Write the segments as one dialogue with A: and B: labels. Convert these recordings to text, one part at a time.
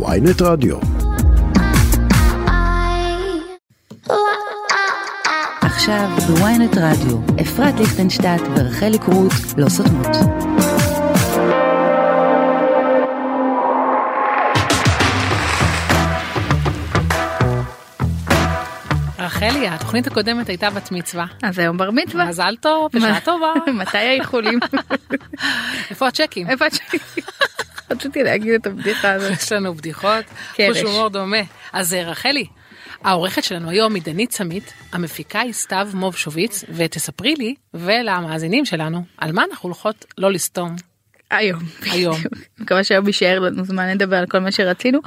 A: ויינט רדיו.
B: עכשיו בוויינט רדיו, אפרת ליכטנשטט ורחלי קרוט לא סותמות.
C: רחלי, התוכנית הקודמת הייתה בת מצווה.
D: אז היום בר מצווה.
C: מזל טוב, בשעה טובה.
D: מתי האיחולים?
C: איפה הצ'קים?
D: איפה הצ'קים? רציתי להגיד את הבדיחה הזאת.
C: יש לנו בדיחות.
D: קרש.
C: חוש הומור דומה. אז אה, רחלי, העורכת שלנו היום היא דנית סמית, המפיקה היא סתיו מובשוביץ, ותספרי לי ולמאזינים שלנו על מה אנחנו הולכות לא לסתום.
D: היום.
C: היום.
D: בדיוק. מקווה שהיום יישאר לנו זמן לדבר על כל מה שרצינו.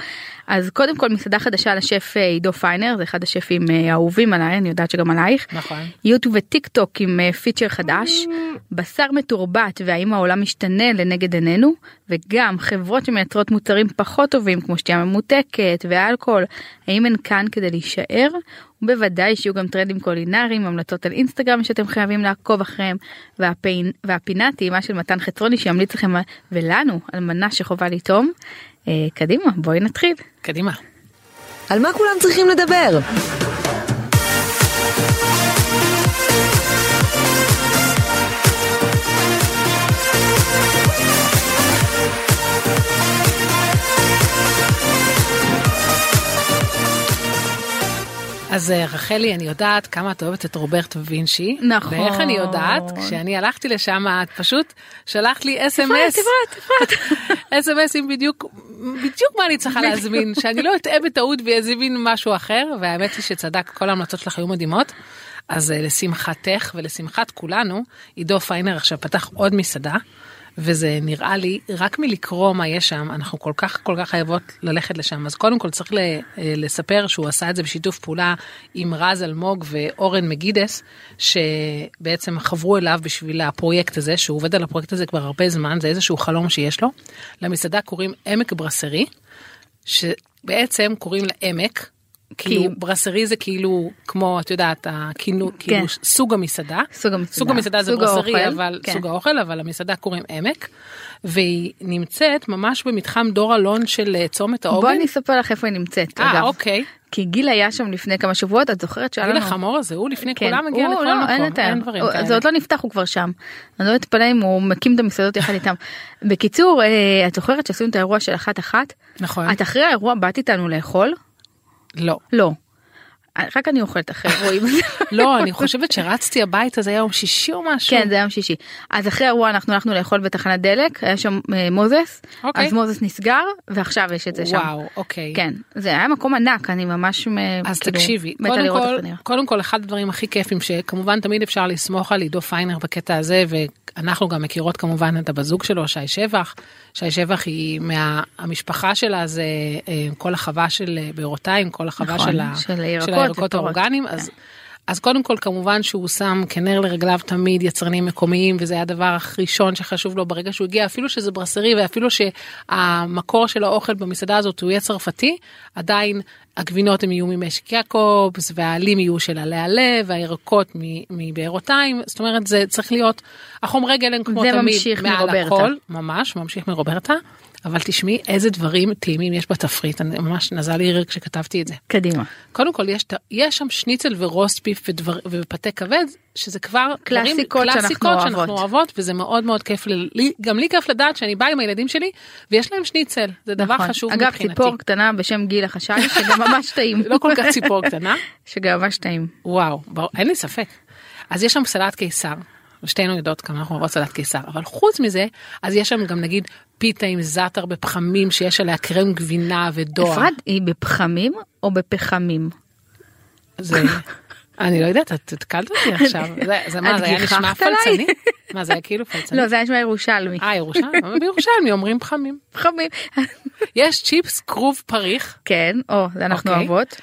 D: אז קודם כל מסעדה חדשה לשף אה, עידו פיינר, זה אחד השפים אה, האהובים עליי, אני יודעת שגם עלייך.
C: נכון.
D: יוטיוב וטיק טוק עם אה, פיצ'ר חדש, בשר מתורבת והאם העולם משתנה לנגד עינינו, וגם חברות שמייצרות מוצרים פחות טובים כמו שתייה ממותקת ואלכוהול, האם הן כאן כדי להישאר? ובוודאי שיהיו גם טרנדים קולינריים, המלצות על אינסטגרם שאתם חייבים לעקוב אחריהם, והפי- והפינה טעימה של מתן חצרוני שימליץ לכם על- ולנו על מנה שחובה לטעום. אה, קדימה, בואי נתחיל.
C: קדימה.
E: על מה כולם צריכים לדבר?
C: אז אה, רחלי, אני יודעת כמה את אוהבת את רוברט וינשי.
D: נכון.
C: ואיך אני יודעת? כשאני הלכתי לשם, את פשוט שלחת לי אס.אם.אס.
D: אפרת, אפרת,
C: אס.אם.אס עם בדיוק, בדיוק מה אני צריכה להזמין, שאני לא אטעה בטעות ואזמין משהו אחר, והאמת היא שצדק, כל ההמלצות שלך היו מדהימות. אז אה, לשמחתך ולשמחת כולנו, עידו פיינר עכשיו פתח עוד מסעדה, וזה נראה לי, רק מלקרוא מה יש שם, אנחנו כל כך כל כך חייבות ללכת לשם. אז קודם כל צריך ל- אה, לספר שהוא עשה את זה בשיתוף פעולה עם רז אלמוג ואורן מגידס, שבעצם חברו אליו בשביל הפרויקט הזה, שהוא עובד על הפרויקט הזה כבר הרבה זמן, זה איזשהו חלום שיש לו. למסעדה קוראים עמק ברסרי, שבעצם קוראים לה עמק. כאילו ברסרי זה כאילו כמו את יודעת הכינו, כאילו סוג המסעדה
D: כן. סוג המסעדה.
C: סוג המסעדה זה
D: סוג
C: ברסרי
D: האוכל,
C: אבל
D: כן.
C: סוג האוכל אבל המסעדה קוראים עמק והיא נמצאת ממש במתחם דור אלון של אה, צומת העוגן.
D: בואי אני אספר לך איפה היא נמצאת.
C: אה
D: אגב.
C: אוקיי.
D: כי גיל היה שם לפני כמה שבועות, את זוכרת שהיה
C: גיל
D: לנו...
C: החמור הזה הוא לפני
D: כן.
C: כולם מגיע
D: הוא-
C: לכל
D: לא, אין
C: מקום
D: יותר.
C: אין דברים
D: הוא- זה
C: כאלה.
D: עוד לא נפתח, הוא כבר שם. אני לא אתפלא אם הוא מקים את המסעדות יחד איתם. בקיצור, אה, את זוכרת שעשינו את האירוע של אחת-אחת?
C: נכון.
D: את אחרי האירוע באת איתנו לאכול?
C: לא.
D: לא. רק אני אוכלת אחרי אירועים.
C: לא אני חושבת שרצתי הביתה זה היה יום שישי או משהו.
D: כן, זה היה יום שישי. אז אחרי האירוע אנחנו הלכנו לאכול בתחנת דלק, היה שם אה, מוזס,
C: אוקיי.
D: אז מוזס נסגר, ועכשיו יש את זה שם.
C: וואו אוקיי.
D: כן, זה היה מקום ענק, אני ממש אה,
C: אז
D: כאילו,
C: תקשיבי,
D: מתה
C: קודם
D: לראות
C: כל,
D: איך זה נראה.
C: קודם כל אחד הדברים הכי כיפים שכמובן תמיד אפשר לסמוך על עידו פיינר בקטע הזה ואנחנו גם מכירות כמובן את הבת זוג שלו שי שבח, שי שבח היא מה- המשפחה שלה זה אה, כל החווה של אה, בארותיים, כל החווה
D: נכון,
C: של, ה-
D: של הירקות כן.
C: של הירקות
D: ופירות,
C: האורגניים, אז, אז קודם כל כמובן שהוא שם כנר לרגליו תמיד יצרנים מקומיים וזה היה הדבר הראשון שחשוב לו ברגע שהוא הגיע אפילו שזה ברסרי ואפילו שהמקור של האוכל במסעדה הזאת הוא יהיה צרפתי עדיין הגבינות הם יהיו ממשק יעקובס והעלים יהיו של עלי עלה והירקות מ- מבארותיים זאת אומרת זה צריך להיות החומרי גלם כמו
D: זה
C: תמיד
D: ממשיך
C: מעל
D: מרוברטה.
C: הכל ממש ממשיך מרוברטה אבל תשמעי איזה דברים טעימים יש בתפריט אני ממש נזל לי ריר כשכתבתי את זה.
D: קדימה.
C: קודם כל יש, את ה- יש שם שניצל ורוסט ביף ודבר, ופתה כבד שזה כבר
D: קלאסיקות שאנחנו
C: קלאסיקות שאנחנו
D: אוהבות.
C: אוהבות וזה מאוד מאוד כיף לי גם לי כיף לדעת שאני באה עם הילדים שלי ויש להם שניצל זה דבר
D: נכון.
C: חשוב
D: אגב,
C: מבחינתי.
D: ציפור קטנה בשם גיל החשאי, שגם ממש טעים.
C: לא כל כך ציפור קטנה
D: שגם ממש טעים.
C: וואו ברור, אין לי ספק אז יש שם סלט קיסר. שתינו יודעות כמה אנחנו אוהבות סלט קיסר אבל חוץ מזה אז יש שם גם נגיד פיתה עם זאטר בפחמים שיש עליה קרם גבינה ודואר.
D: אפרת, היא בפחמים או בפחמים?
C: זה... אני לא יודעת, את התקלת אותי עכשיו. זה, זה מה,
D: את
C: זה היה נשמע
D: גיחכת עליי?
C: פלצני? מה, זה היה כאילו פלצני?
D: לא, זה היה נשמע ירושלמי.
C: אה, ירושלמי? אבל בירושלמי אומרים פחמים.
D: פחמים.
C: יש צ'יפס כרוב פריך.
D: כן, או, זה אנחנו
C: אוקיי?
D: אוהבות.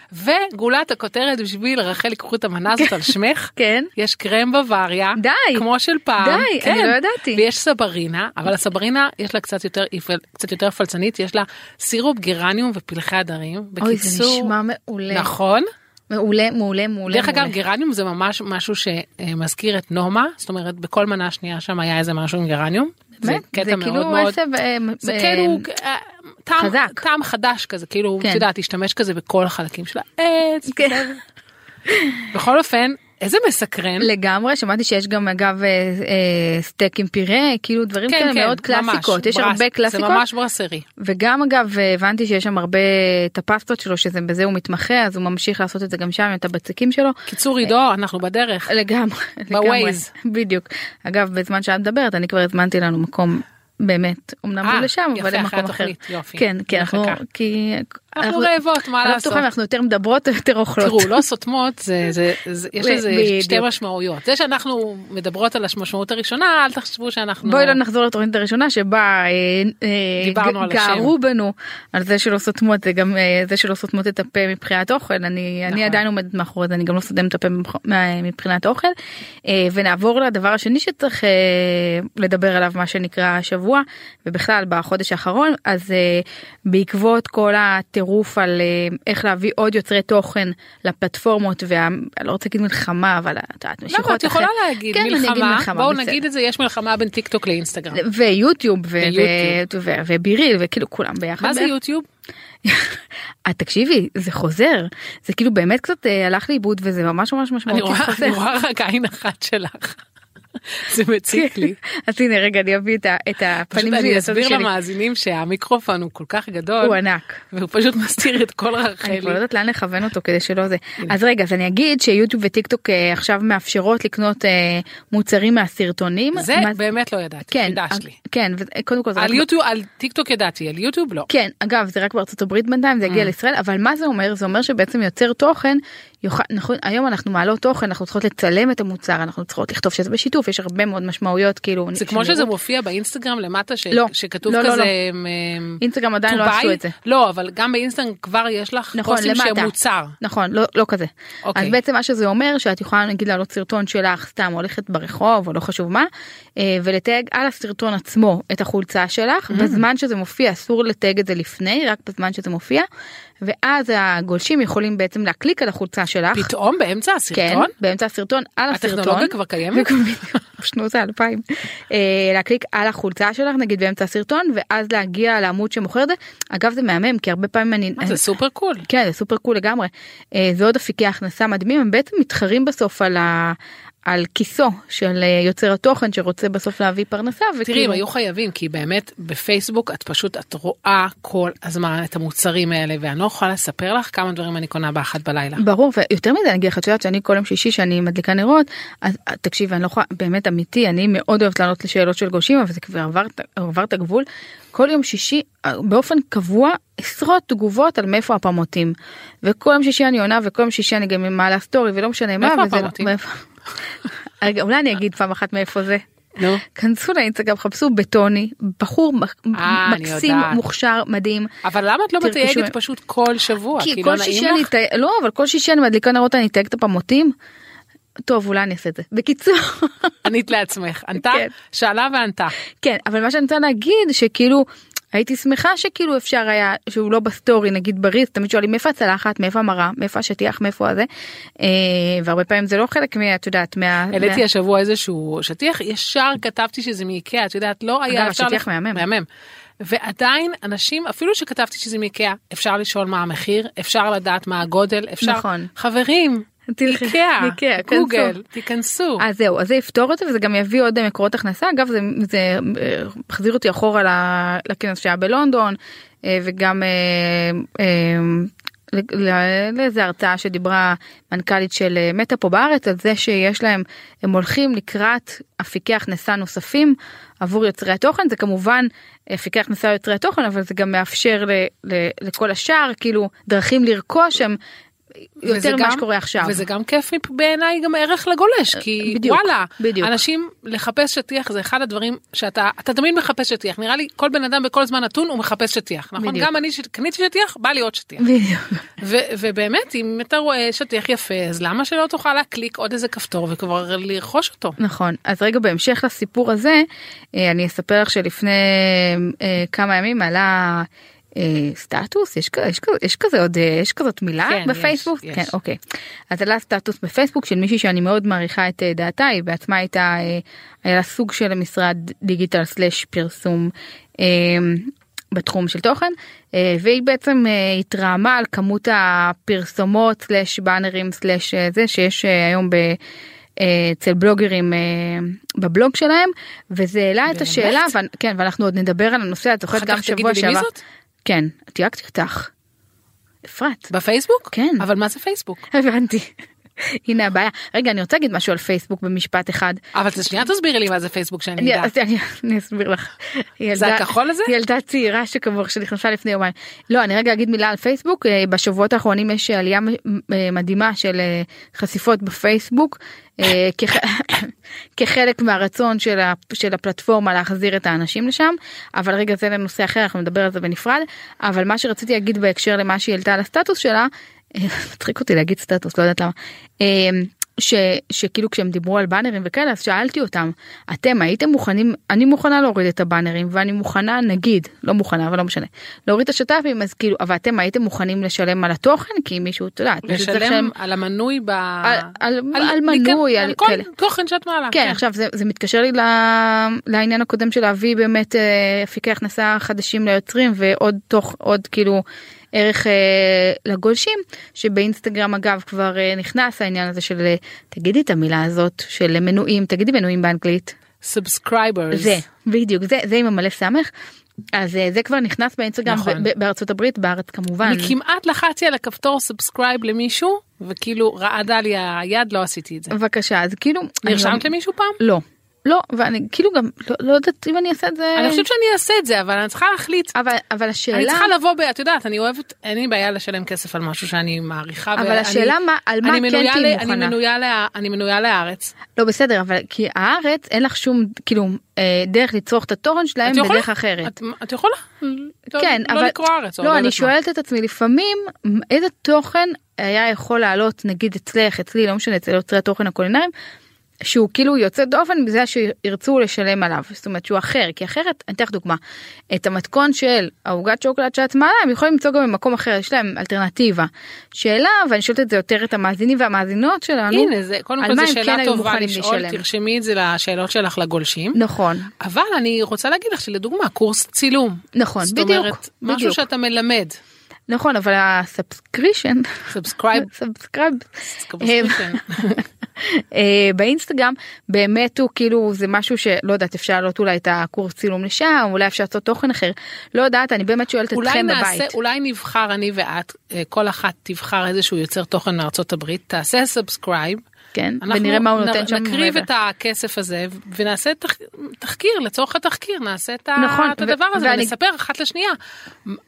C: וגולת הכותרת בשביל רחל יקחו את המנה הזאת על שמך.
D: כן.
C: יש קרם בוואריה.
D: די.
C: כמו של פעם.
D: די,
C: כן.
D: אני לא ידעתי.
C: ויש סברינה, אבל הסברינה יש לה קצת יותר, היא פל- קצת יותר פלצנית, יש לה סירופ גרניום ופלחי הדרים.
D: אוי, זה
C: בקיצור-
D: נשמע מעולה.
C: נכון.
D: מעולה, מעולה, מעולה.
C: דרך
D: מעולה.
C: אגב, גרניום זה ממש משהו שמזכיר את נורמה, זאת אומרת, בכל מנה שנייה שם היה איזה משהו עם גרניום. זה
D: באמת?
C: קטע
D: זה
C: מאוד
D: כאילו
C: מאוד...
D: עשב, אה, מ-
C: זה
D: אה,
C: כאילו אה, טעם-
D: חזק.
C: טעם חדש כזה, כאילו,
D: כן.
C: את יודעת, השתמש כזה בכל החלקים של העץ.
D: כן.
C: בכל אופן, איזה מסקרן.
D: לגמרי שמעתי שיש גם אגב אה, אה, סטייק עם פירה כאילו דברים כאלה מאוד קלאסיקות
C: כן, ממש,
D: יש
C: ברס-
D: הרבה קלאסיקות
C: זה ממש ברסרי.
D: וגם אגב אה, הבנתי שיש שם הרבה את הפסטות שלו שזה בזה הוא מתמחה אז הוא ממשיך לעשות את זה גם שם את הבצקים שלו
C: קיצור עידו, אנחנו
D: אה,
C: בדרך.
D: לגמרי לגמרי
C: ב-Waze.
D: בדיוק אגב בזמן שאת מדברת אני כבר הזמנתי לנו מקום באמת אמנם
C: אה,
D: לא לשם
C: יפה,
D: אבל
C: אחרי
D: למקום אחר
C: התוכנית, יופי.
D: כן כן אנחנו
C: מחכה.
D: כי
C: אנחנו רעבות, מה
D: אני לא
C: לעשות?
D: בטוחה אם אנחנו יותר מדברות או יותר אוכלות
C: תראו, לא סותמות, זה, זה, זה, יש
D: ב-
C: לזה
D: בדיוק.
C: שתי משמעויות. זה שאנחנו מדברות על המשמעות הראשונה, אל תחשבו שאנחנו...
D: בואי לא נחזור לתוכנית הראשונה שבה אה, אה,
C: דיברנו
D: ג-
C: על השם.
D: גערו בנו על זה שלא סותמות זה גם אה, זה שלא סותמות את הפה מבחינת אוכל אני
C: נכון.
D: אני עדיין עומדת מאחורי זה אני גם לא סותמת את הפה ממח- מה- מבחינת אוכל אה, ונעבור לדבר השני שצריך אה, לדבר עליו מה שנקרא השבוע ובכלל בחודש האחרון אז אה, בעקבות כל הטירוף על אה, איך להביא עוד יוצרי תוכן לפלטפורמות וה... אני לא רוצה להגיד מלחמה אבל את יודעת
C: למה? לא, את
D: משיכות
C: יכולה
D: אחרי-
C: להגיד
D: כן, אני אגיד
C: מלחמה. בואו
D: בסדר.
C: נגיד את זה, יש מלחמה בין טיק טוק לאינסטגרם.
D: ויוטיוב ו-
C: ויוטיוב.
D: ו- ו- וביריל וכאילו כולם ביחד.
C: מה זה
D: ביחד.
C: יוטיוב?
D: אה, תקשיבי זה חוזר זה כאילו באמת קצת אה, הלך לאיבוד וזה ממש ממש
C: אני
D: משמעותי
C: רואה
D: חוזר.
C: אני רואה רק עין אחת שלך. זה מציק לי.
D: אז הנה רגע אני אביא את ה- את הפנים
C: פשוט
D: שלי
C: אני
D: לצד
C: אסביר
D: שלי.
C: למאזינים שהמיקרופון הוא כל כך
D: הוא
C: גדול,
D: ענק.
C: והוא פשוט מסתיר את כל
D: אני
C: רחלי.
D: כבר לא יודעת לאן לכוון אותו כדי שלא זה.
C: כן.
D: אז רגע אז אני אגיד שיוטיוב וטיק טוק אה, עכשיו מאפשרות לקנות אה, מוצרים מהסרטונים.
C: זה
D: מה-
C: באמת לא ידעתי,
D: כן,
C: חידש
D: אה,
C: לי.
D: כן וקודם כל זה רק
C: על
D: ב-
C: יוטיוב, על טיק טוק ידעתי, על יוטיוב לא.
D: כן אגב זה רק בארצות הברית בינתיים זה
C: אה.
D: יגיע לישראל אבל מה זה אומר זה אומר שבעצם יוצר תוכן יוכל נכון היום אנחנו מעלות תוכן אנחנו צריכות לצלם את המוצר אנחנו צריכות לכתוב שזה בשיתוף יש הרבה מאוד משמעויות כאילו
C: זה
D: של
C: כמו שזה
D: נראות.
C: מופיע באינסטגרם למטה ש-
D: לא,
C: שכתוב
D: לא, לא,
C: כזה
D: לא.
C: אמ, אמ,
D: אינסטגרם עדיין לא
C: to
D: עשו
C: buy.
D: את זה.
C: לא אבל גם באינסטגרם כבר יש לך
D: נכון
C: פוסטים
D: למטה
C: שהם מוצר.
D: נכון לא לא כזה
C: אוקיי.
D: אז בעצם מה שזה אומר שאת יכולה נגיד להעלות סרטון שלך סתם הולכת ברחוב או לא חשוב מה אה, ולתייג על הסרטון עצמו את החולצה
C: Mm.
D: שלך בזמן שזה מופיע אסור לתייג את זה לפני רק בזמן שזה מופיע ואז הגולשים יכולים בעצם להקליק על החולצה שלך
C: פתאום באמצע הסרטון?
D: אה, כן, באמצע הסרטון, על הסרטון.
C: הטכנולוגיה כבר קיימת?
D: שנות האלפיים. אה, להקליק על החולצה שלך נגיד באמצע הסרטון ואז להגיע לעמוד שמוכר את זה. אגב זה מהמם כי הרבה פעמים אני...
C: מה, זה סופר קול.
D: כן זה סופר קול לגמרי. אה, זה עוד אפיקי הכנסה מדהימים הם בעצם מתחרים בסוף על ה... על כיסו של אה, יוצר התוכן שרוצה בסוף להביא פרנסה.
C: תראי הם היו חייבים כי באמת בפייסבוק את פשוט את רואה כל הזמן את המוצרים האלה ואני לא יכולה לספר לך כמה דברים אני קונה באחת בלילה.
D: ברור ויותר מזה אני אגיד לך את יודעת שאני כל יום שישי שאני מדליקה נרות אז אה, תקשיב אני לא יכולה באמת אמיתי אני מאוד אוהבת לענות לשאלות של גולשים אבל זה כבר עבר, את- עבר את הגבול כל יום שישי אה, באופן קבוע עשרות תגובות על מאיפה הפמוטים וכל יום שישי אני עונה וכל יום שישי אני גם מעלה סטורי ולא משנה מה.
C: מאיפה
D: וזה לא-
C: הפמוטים?
D: מאיפה- רגע, אולי אני אגיד פעם אחת מאיפה זה.
C: נו.
D: כנסו לאינסטגרם חפשו בטוני בחור מק-
C: אה, אני
D: מקסים
C: יודעת.
D: מוכשר מדהים
C: אבל למה את לא
D: תרכשו-
C: מתייגת פשוט כל שבוע?
D: כי
C: לא
D: כל
C: נעים
D: שישי
C: לך?
D: אני אתייג, לא אבל כל שישי אני מדליקה נרות אני אתייג את הפמוטים. טוב אולי אני אעשה את זה. בקיצור,
C: ענית לעצמך. ענתה?
D: כן.
C: שאלה וענתה.
D: כן אבל מה שאני רוצה להגיד שכאילו הייתי שמחה שכאילו אפשר היה שהוא לא בסטורי נגיד בריס תמיד שואלים מאיפה הצלחת מאיפה המראה מאיפה השטיח מאיפה הזה אה, והרבה פעמים זה לא חלק מה את יודעת מה.
C: העליתי
D: מה-
C: השבוע איזשהו שטיח, ישר כתבתי שזה מאיקאה, את יודעת, לא היה
D: אגב,
C: אפשר...
D: השטיח
C: לח-
D: מהמם.
C: מהמם. ועדיין אנשים, אפילו שכתבתי שזה מאיקאה, אפשר לשאול מה המחיר, אפשר לדעת מה הגודל, אפשר...
D: נכון.
C: חברים,
D: תלכי-
C: איקאה,
D: איקאה, אה, כנסו.
C: גוגל, תיכנסו.
D: אז זהו, אז זה יפתור את זה וזה גם יביא עוד אה, מקורות הכנסה. אגב, זה, זה אה, מחזיר אותי אחורה ל- לכנס שהיה בלונדון, אה, וגם אה, אה, ל- ל- לאיזה הרצאה שדיברה מנכ"לית של אה, מטא פה בארץ, על זה שיש להם, הם הולכים לקראת אפיקי הכנסה נוספים עבור יוצרי התוכן. זה כמובן אפיקי הכנסה ליוצרי התוכן, אבל זה גם מאפשר ל, ל, לכל השאר, כאילו, דרכים לרכוש הם
C: וזה
D: יותר ממה
C: גם-
D: שקורה עכשיו.
C: וזה גם כיף מפ- בעיניי גם ערך לגולש כי
D: בדיוק,
C: וואלה
D: בדיוק.
C: אנשים לחפש שטיח זה אחד הדברים שאתה אתה תמיד מחפש שטיח נראה לי כל בן אדם בכל זמן נתון הוא מחפש שטיח נכון
D: בדיוק.
C: גם אני שקניתי שטיח בא לי עוד שטיח
D: בדיוק.
C: ו- ובאמת אם אתה רואה שטיח יפה אז למה שלא תוכל להקליק עוד איזה כפתור וכבר לרכוש אותו.
D: נכון אז רגע בהמשך לסיפור הזה אה, אני אספר לך שלפני אה, כמה ימים עלה אה, סטטוס יש כזה יש כזה יש כזה עוד אה, יש כזאת מילה
C: כן, יש,
D: בפייסבוק
C: יש.
D: כן אוקיי אז עלה סטטוס בפייסבוק של מישהי שאני מאוד מעריכה את אה, דעתה היא בעצמה הייתה אה, היה לה סוג של משרד דיגיטל סלאש פרסום. אה, בתחום של תוכן אה, והיא בעצם אה, התרעמה על כמות הפרסומות סלאש באנרים סלאש אה, זה שיש אה, היום ב- אה, אצל בלוגרים אה, בבלוג שלהם וזה העלה את
C: באמת?
D: השאלה ואנ- כן ואנחנו עוד נדבר על הנושא את זוכרת
C: אחר
D: גם
C: כך תגידי
D: שבוע
C: לי מי
D: שעבר.
C: זאת?
D: כן, את דייקת אותך. אפרת.
C: בפייסבוק?
D: כן.
C: אבל מה זה פייסבוק?
D: הבנתי. הנה הבעיה. רגע, אני רוצה להגיד משהו על פייסבוק במשפט אחד.
C: אבל שנייה תסבירי לי מה זה פייסבוק שאני
D: אני,
C: אדע.
D: אז אני, אני אסביר לך. ילדה-
C: הכחול הזה?
D: ילדה צעירה שכמוך שנכנסה לפני יומיים. לא, אני רגע אגיד מילה על פייסבוק. אה, בשבועות האחרונים יש עלייה מ- אה, מדהימה של אה, חשיפות בפייסבוק, אה, כח- כחלק מהרצון של ה- של הפלטפורמה להחזיר את האנשים לשם. אבל רגע, זה לנושא אחר, אנחנו נדבר על זה בנפרד. אבל מה שרציתי להגיד בהקשר למה שהיא העלתה על הסטטוס שלה, אה, מצחיק אותי להגיד סטטוס, לא יודעת למה. אה, ש, שכאילו כשהם דיברו על באנרים וכאלה אז שאלתי אותם אתם הייתם מוכנים אני מוכנה להוריד את הבאנרים ואני מוכנה נגיד לא מוכנה אבל לא משנה להוריד את השת"פים אז כאילו אבל אתם הייתם מוכנים לשלם על התוכן כי מישהו את יודעת מישהו צריך
C: לשלם על המנוי ב...
D: על, על, על, על
C: מכן-
D: מנוי
C: על כן,
D: על
C: כל
D: כאלה.
C: תוכן שאת מעלה.
D: כן עכשיו זה, זה מתקשר לי ל... לעניין הקודם של להביא באמת אה, אפיקי הכנסה חדשים ליוצרים ועוד תוך עוד כאילו ערך אה, לגולשים שבאינסטגרם אגב כבר אה, נכנס העניין הזה של אה, תגידי את המילה הזאת של מנויים תגידי מנויים באנגלית
C: סאבסקרייברס.
D: זה בדיוק זה זה עם המלא סמך אז אה, זה כבר נכנס באינסטגרם
C: נכון.
D: ב- ב- בארצות הברית בארץ כמובן.
C: אני כמעט לחצתי על הכפתור סאבסקרייב למישהו, וכאילו רעדה לי היד, לא עשיתי את זה.
D: בבקשה אז כאילו אני
C: נרשמת
D: לא-
C: למישהו פעם?
D: לא לא ואני כאילו גם לא, לא יודעת אם אני אעשה את זה
C: אני חושבת שאני אעשה את זה, אבל אני צריכה להחליט.
D: אבל אבל השאלה
C: אני צריכה לא- לבוא ב... את יודעת, אני אוהבת, אין לי בעיה לשלם כסף על משהו שאני מעריכה.
D: אבל
C: ואני-
D: השאלה מה- על מה
C: אני
D: כן
C: מנויה
D: תהיי
C: ל- אני
D: מוכנה.
C: מנויה, לה- אני מנויה להארץ.
D: לא בסדר אבל כי הארץ אין לך שום כאילו אה, דרך לצרוך את התורן שלהם
C: את יכולה?
D: בדרך אחרת.
C: את- את יכולה?
D: כן
C: לא
D: אבל
C: לקרוא הארץ. או
D: לא
C: יודעת
D: אני
C: מה.
D: שואלת את עצמי לפעמים מ- איזה תוכן היה יכול לעלות נגיד אצלך אצלי לא משנה אצל יוצרי התוכן הקולינריים. שהוא כאילו יוצא דופן בזה שירצו לשלם עליו זאת אומרת שהוא אחר כי אחרת אני אתן לך דוגמה את המתכון של העוגת שוקולד שאת מעלה הם יכולים למצוא גם במקום אחר יש להם אלטרנטיבה שאלה ואני שואלת את זה יותר את המאזינים והמאזינות שלנו
C: הנה, זה, קודם
D: על
C: כל
D: מה
C: זו
D: הם
C: שאלה
D: כן היו
C: טובה
D: מוכנים
C: לשאול,
D: לשלם.
C: תרשמי את זה לשאלות שלך לגולשים.
D: נכון
C: אבל אני רוצה להגיד לך שלדוגמה, קורס צילום.
D: נכון,
C: זאת
D: בדיוק,
C: אומרת, משהו
D: בדיוק.
C: שאתה מלמד.
D: נכון אבל הסאבסקרישן
C: סאבסקרייב.
D: סאבסקרייב
C: subscription.
D: אה, באינסטגרם באמת הוא כאילו זה משהו שלא יודעת אפשר לעלות אולי את הקורס צילום לשם אולי אפשר לעשות תוכן אחר לא יודעת אני באמת שואלת
C: אולי
D: אתכם
C: נעשה,
D: בבית
C: אולי נבחר אני ואת, אה, כל אחת תבחר איזשהו יוצר תוכן מארצות הברית, תעשה סאבסקרייב.
D: כן ונראה מה הוא נותן שם
C: נקריב
D: מעבר.
C: את הכסף הזה ונעשה תח... תחקיר לצורך התחקיר נעשה את,
D: נכון,
C: ה... את הדבר
D: ו-
C: הזה
D: ואני-
C: ונספר אחת לשנייה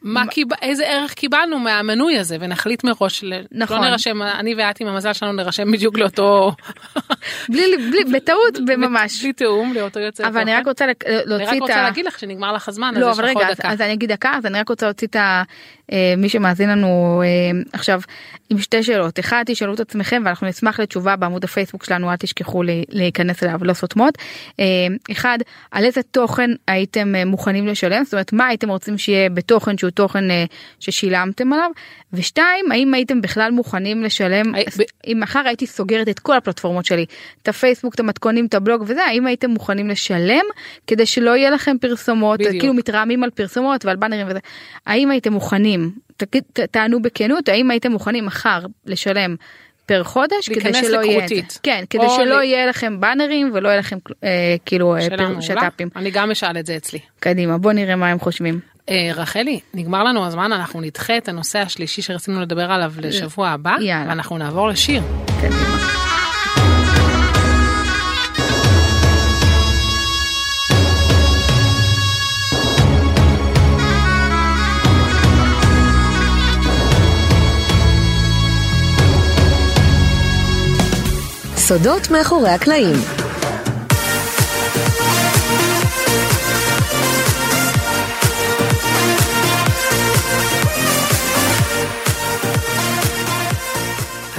C: מה, קיב... איזה ערך קיבלנו מהמנוי הזה ונחליט מראש ל...
D: נכון.
C: לא נרשם אני ואת עם המזל שלנו נרשם בדיוק לאותו
D: בלי בלי בטעות ממש
C: בלי תיאום לאותו יוצא
D: אבל אני רק רוצה לק-
C: אני רק
D: להוציא את
C: רוצה
D: ה...
C: להגיד לך שנגמר לך הזמן
D: לא
C: אז
D: אבל
C: יש לך
D: רגע
C: עוד
D: אז,
C: דקה.
D: אז אני אגיד דקה אז אני רק רוצה להוציא את ה... אה, מי שמאזין לנו אה, עכשיו עם שתי שאלות אחד תשאלו את עצמכם ואנחנו נשמח לתשובה בעמוד הפייסבוק שלנו אל תשכחו לי, להיכנס אליו לא סותמות. אה, אחד על איזה תוכן הייתם אה, מוכנים לשלם זאת אומרת מה הייתם רוצים שיהיה בתוכן שהוא תוכן אה, ששילמתם עליו ושתיים האם הייתם בכלל מוכנים לשלם
C: הי- אה, ב-
D: אם מחר הייתי סוגרת את כל הפלטפורמות שלי, את הפייסבוק, את המתכונים, את הבלוג וזה, האם הייתם מוכנים לשלם כדי שלא יהיה לכם פרסומות,
C: בדיוק.
D: כאילו מתרעמים על פרסומות ועל באנרים וזה, האם הייתם מוכנים, תגיד, ת- תענו בכנות, האם הייתם מוכנים מחר לשלם פר חודש כדי
C: להיכנס
D: שלא יהיה את זה,
C: לכרותית.
D: כן, כדי
C: או
D: שלא
C: ל-
D: יהיה לכם באנרים ולא יהיה לכם אה, כאילו אה,
C: שאלה
D: פר-
C: מעולה.
D: שת"פים,
C: אני גם אשאל את זה אצלי.
D: קדימה בוא נראה מה הם חושבים,
C: אה, רחלי, נגמר לנו הזמן, אנחנו נדחה את הנושא השלישי שרצינו לדבר עליו לשבוע הבא,
D: יאללה.
C: ואנחנו נעבור לשיר.
E: סודות מאחורי הקלעים.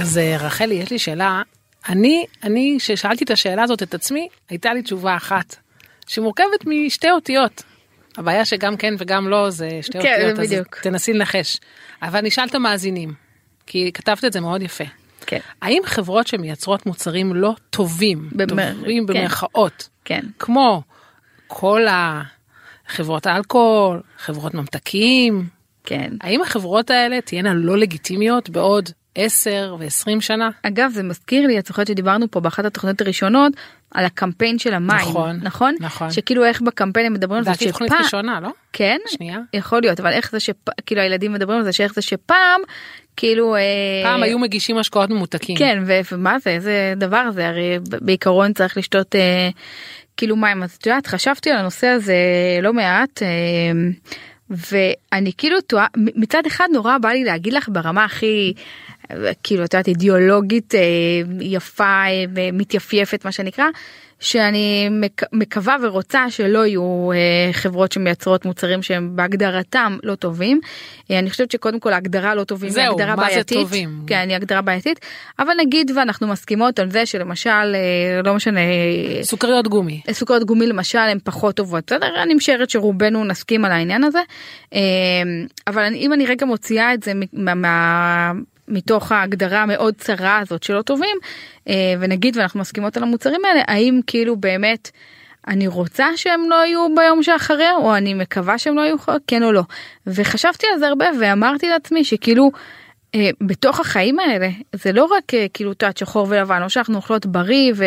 C: אז אה, רחלי, יש לי שאלה. אני, אני, כששאלתי את השאלה הזאת את עצמי, הייתה לי תשובה אחת, שמורכבת משתי אותיות. הבעיה שגם כן וגם לא זה שתי
D: כן,
C: אותיות, אז
D: בדיוק.
C: תנסי לנחש. אבל נשאל את המאזינים, כי כתבת את זה מאוד יפה.
D: כן.
C: האם חברות שמייצרות מוצרים לא טובים,
D: במר-
C: טובים
D: כן.
C: במרכאות,
D: כן.
C: כמו קולה, חברות האלכוהול, חברות ממתקים,
D: כן.
C: האם החברות האלה תהיינה לא לגיטימיות בעוד 10 ו-20 שנה?
D: אגב זה מזכיר לי את זוכרת שדיברנו פה באחת התוכניות הראשונות על הקמפיין של המים
C: נכון,
D: נכון
C: נכון.
D: שכאילו איך בקמפיין הם מדברים על זה
C: לדעתי נכון? תוכנית
D: שפעם
C: ראשונה, לא?
D: כן
C: שנייה.
D: יכול להיות אבל איך זה שכאילו הילדים מדברים על זה שאיך זה שפעם כאילו אה,
C: פעם היו מגישים משקאות ממותקים.
D: כן ו- ומה זה איזה דבר זה הרי ב- בעיקרון צריך לשתות אה, כאילו מים אז את יודעת חשבתי על הנושא הזה לא מעט. אה, ואני כאילו טועה מ- מצד אחד נורא בא לי להגיד לך ברמה הכי אה, כאילו את יודעת אידיאולוגית אה, יפה אה, מתייפייפת מה שנקרא שאני מק- מקווה ורוצה שלא יהיו אה, חברות שמייצרות מוצרים שהם בהגדרתם לא טובים. אה, אני חושבת שקודם כל ההגדרה לא טובים
C: זהו,
D: הגדרה
C: מה זה
D: בעייתית.
C: טובים?
D: כן, היא הגדרה בעייתית, אבל נגיד ואנחנו מסכימות על זה שלמשל, אה, לא משנה, אה,
C: סוכריות גומי.
D: סוכריות גומי למשל הן פחות טובות, בסדר? אני משערת שרובנו נסכים על העניין הזה, אה, אבל אני- אם אני רגע מוציאה את זה מ- מה... מה מתוך ההגדרה המאוד צרה הזאת שלא טובים אה, ונגיד ואנחנו מסכימות על המוצרים האלה האם כאילו באמת אני רוצה שהם לא יהיו ביום שאחרי או אני מקווה שהם לא יהיו כן או לא וחשבתי על זה הרבה ואמרתי לעצמי שכאילו אה, בתוך החיים האלה זה לא רק אה, כאילו את יודעת שחור ולבן או שאנחנו אוכלות בריא ו-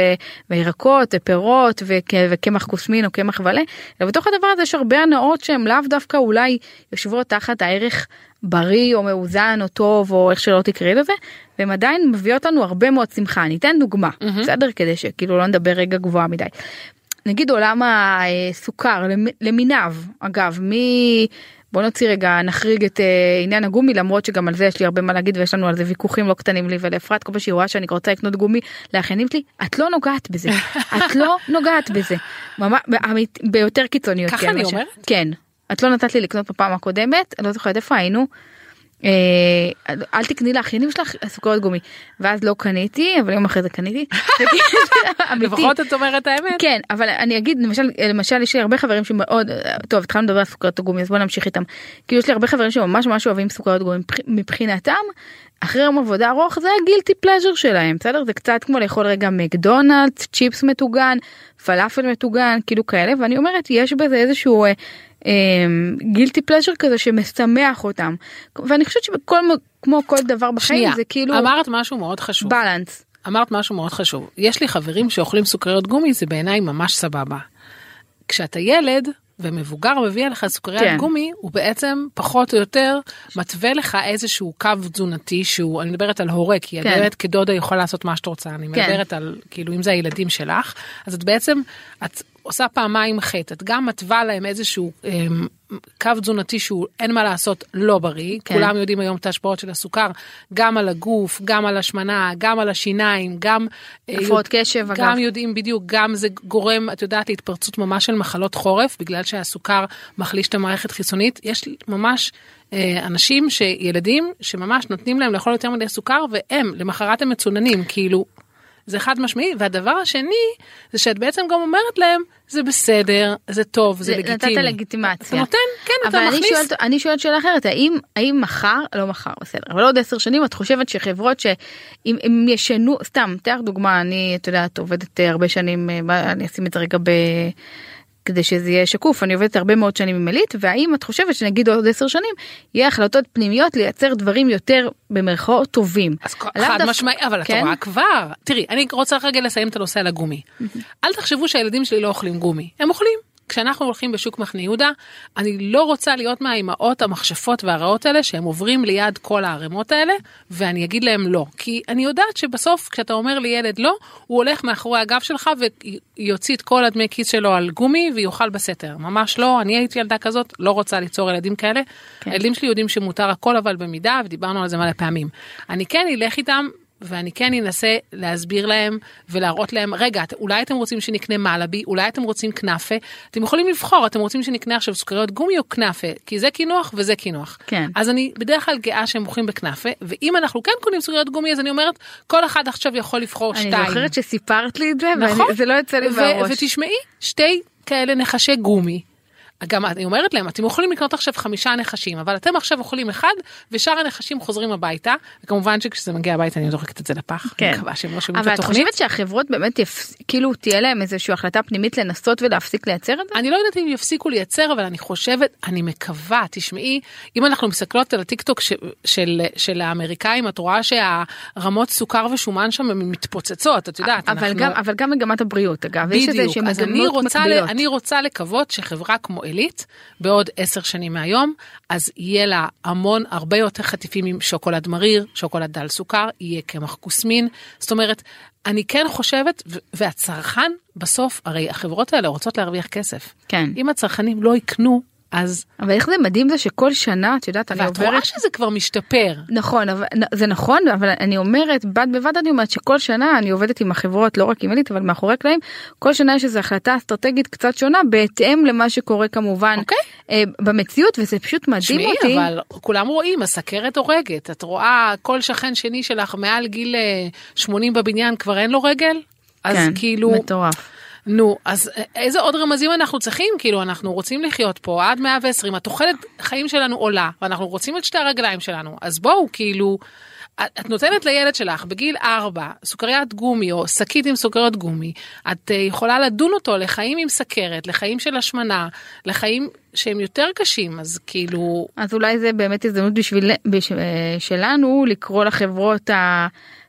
D: וירקות ופירות וכ- וקמח כוסמין או קמח מלא אלא בתוך הדבר הזה יש הרבה הנאות שהן לאו דווקא אולי יושבות תחת הערך בריא או מאוזן או טוב או איך שלא תקראי לזה והן עדיין מביאות לנו הרבה מאוד שמחה אני אתן דוגמה בסדר כדי שכאילו לא נדבר רגע גבוהה מדי. נגיד עולם הסוכר למ- למיניו אגב מי בוא נוציא רגע נחריג את אה, עניין הגומי למרות שגם על זה יש לי הרבה מה להגיד ויש לנו על זה ויכוחים לא קטנים לי ולאפרת כל פעם שהיא רואה שאני רוצה לקנות גומי לאחיינים שלי את לא נוגעת בזה את לא נוגעת בזה ממש באמית- ביותר קיצוניות
C: ככה
D: כן,
C: אני
D: מה ש-
C: אומרת?
D: כן את לא נתת לי לקנות בפעם הקודמת אני לא זוכרת איפה היינו. אה, אל- אל תקני לאחיינים שלך סוכרת גומי ואז לא קניתי אבל יום אחרי זה קניתי. אמיתי.
C: לפחות את אומרת האמת.
D: כן אבל אני אגיד למשל למשל יש לי הרבה חברים שמאוד טוב התחלנו לדבר על סוכריות גומי אז בוא נמשיך איתם. כאילו יש לי הרבה חברים שממש ממש אוהבים סוכריות גומי מבח- מבחינתם אחרי יום עבודה ארוך זה הגילטי פלז'ר שלהם בסדר זה קצת כמו לאכול רגע מקדונלדס צ'יפס מטוגן פלאפל מטוגן כאילו כאלה ואני אומרת יש בזה איזשהו. אה, גילטי פלז'ר כזה שמשמח אותם ואני חושבת שבכל כמו כל דבר בחיים
C: שנייה,
D: זה כאילו
C: אמרת משהו מאוד חשוב.
D: בלנס
C: אמרת משהו מאוד חשוב. יש לי חברים שאוכלים סוכריות גומי, זה בעיניי ממש סבבה. כשאתה ילד ומבוגר מביא לך סוכריית
D: כן.
C: כן. גומי, הוא בעצם פחות או יותר מתווה לך איזשהו קו תזונתי שהוא, אני מדברת על הורה, כי
D: כן.
C: כן. הדלת כדודה יכולה לעשות מה שאת רוצה, אני
D: כן.
C: מדברת על, כאילו, אם זה הילדים שלך, אז את בעצם, את עושה פעמיים חטא, את גם מתווה להם איזשהו אמ, קו תזונתי שהוא אין מה לעשות, לא בריא,
D: כן.
C: כן. כולם יודעים היום את ההשפעות של הסוכר, גם על הגוף, גם על השמנה, גם על השיניים, גם... אה,
D: הפרעות
C: יודע-
D: קשב, אגב.
C: גם יודעים בדיוק, גם זה גורם, את יודעת, להתפרצות ממש של מחלות חורף, בגלל שהסוכר מחליש את המערכת החיסונית. יש ממש אה, אנשים, ש- ילדים, שממש נותנים להם לאכול יותר מדי סוכר, והם, למחרת הם מצוננים, כאילו... זה חד משמעי, והדבר השני, זה שאת בעצם גם אומרת להם, זה בסדר, זה טוב, זה, לגיטימי.
D: נתת לגיטימציה.
C: אתה נותן, כן, אתה
D: אבל אני
C: מכניס.
D: שואלת- אני שואלת שאלה אחרת, האם, האם מחר, לא מחר, בסדר, אבל עוד עשר שנים את חושבת שחברות שאם הם ישנו, סתם, תאר דוגמה, אני, את יודעת, עובדת אה, הרבה שנים, אה, ב- אני אשים את זה רגע ב... כדי שזה יהיה שקוף, אני עובדת הרבה מאוד שנים עם עילית, והאם את חושבת שנגיד עוד עשר שנים, יהיה החלטות פנימיות לייצר דברים יותר במרכאות טובים.
C: אז
D: לאו
C: חד
D: דווקא-
C: משמעי, אבל את
D: כן?
C: רואה כבר. תראי, אני רוצה רגע לסיים את הנושא על הגומי. אל תחשבו שהילדים שלי לא אוכלים גומי, הם אוכלים. כשאנחנו הולכים בשוק מחנה יהודה, אני לא רוצה להיות מהאימהות המכשפות והרעות האלה שהם עוברים ליד כל הערימות האלה, ואני אגיד להם לא. כי אני יודעת שבסוף כשאתה אומר לילד לא, הוא הולך מאחורי הגב שלך ויוציא את כל הדמי כיס שלו על גומי ויאכל בסתר. ממש לא, אני הייתי ילדה כזאת, לא רוצה ליצור ילדים כאלה.
D: כן.
C: הילדים שלי יודעים שמותר הכל אבל במידה, ודיברנו על זה מלא פעמים. אני כן אלך איתם. ואני כן אנסה להסביר להם ולהראות להם, רגע, את- אולי אתם רוצים שנקנה מלאבי, אולי אתם רוצים כנאפה, אתם יכולים לבחור, אתם רוצים שנקנה עכשיו סוכריות גומי או כנאפה, כי זה קינוח וזה קינוח.
D: כן.
C: אז אני בדרך כלל גאה שהם מוכרים בכנאפה, ואם אנחנו כן קונים סוכריות גומי, אז אני אומרת, כל אחד עכשיו יכול לבחור
D: אני
C: שתיים.
D: זוכרת שסיפרת לי את זה,
C: נכון?
D: וזה לא יוצא לי
C: ו-
D: מהראש.
C: ותשמעי, שתי כאלה נחשי גומי. גם אני אומרת להם, אתם יכולים לקנות עכשיו חמישה נחשים, אבל אתם עכשיו אוכלים אחד, ושאר הנחשים חוזרים הביתה. וכמובן שכשזה מגיע הביתה אני זורקת את זה לפח.
D: כן.
C: אני מקווה שהם לא שומעים
D: אבל
C: את
D: את
C: התוכנית.
D: חושבת שהחברות באמת יפס... כאילו תהיה להם איזושהי החלטה פנימית לנסות ולהפסיק לייצר את זה?
C: אני לא יודעת אם יפסיקו לייצר, אבל אני חושבת, אני מקווה, תשמעי, אם אנחנו מסתכלות על הטיקטוק ש- של, של האמריקאים, את רואה שהרמות סוכר ושומן שם הן מתפוצצות, את יודעת.
D: אבל,
C: אנחנו- לא-
D: גם, אבל גם מגמת הבריאות אגב, יש איזה
C: בדיוק,
D: שהן
C: אז אני
D: מגמות
C: רוצה, ל-
D: מקבילות.
C: אני רוצה לקוות שחברה כמו עילית, בעוד עשר שנים מהיום, אז יהיה לה המון, הרבה יותר חטיפים עם שוקולד מריר, שוקולד דל סוכר, יהיה קמח כוסמין. זאת אומרת, אני כן חושבת, ו- והצרכן בסוף, הרי החברות האלה רוצות להרוויח כסף.
D: כן.
C: אם הצרכנים לא יקנו, אז...
D: אבל איך זה מדהים זה שכל שנה, את יודעת, אני
C: ואת רואה
D: עוברת...
C: שזה כבר משתפר.
D: נכון, אבל, זה נכון, אבל אני אומרת, בד בבד אני אומרת שכל שנה אני עובדת עם החברות, לא רק עם עילית, אבל מאחורי הקלעים, כל שנה יש איזו החלטה אסטרטגית קצת שונה, בהתאם למה שקורה כמובן
C: אוקיי.
D: אה, במציאות, וזה פשוט מדהים
C: תשמעי,
D: אותי.
C: אבל כולם רואים, הסכרת הורגת. את רואה כל שכן שני שלך מעל גיל אה, 80 בבניין, כבר אין לו רגל? אז
D: כן,
C: כאילו,
D: מטורף.
C: נו, אז אה, איזה עוד רמזים אנחנו צריכים? כאילו, אנחנו רוצים לחיות פה עד 120, התוחלת חיים שלנו עולה, ואנחנו רוצים את שתי הרגליים שלנו. אז בואו, כאילו, את את נותנת לילד שלך בגיל 4 סוכריית גומי או שקית עם סוכריות גומי, את אה, יכולה לדון אותו לחיים עם סכרת, לחיים של השמנה, לחיים שהם יותר קשים, אז כאילו,
D: אז אולי זה באמת הזדמנות בשביל בש, אה, שלנו לקרוא לחברות ה...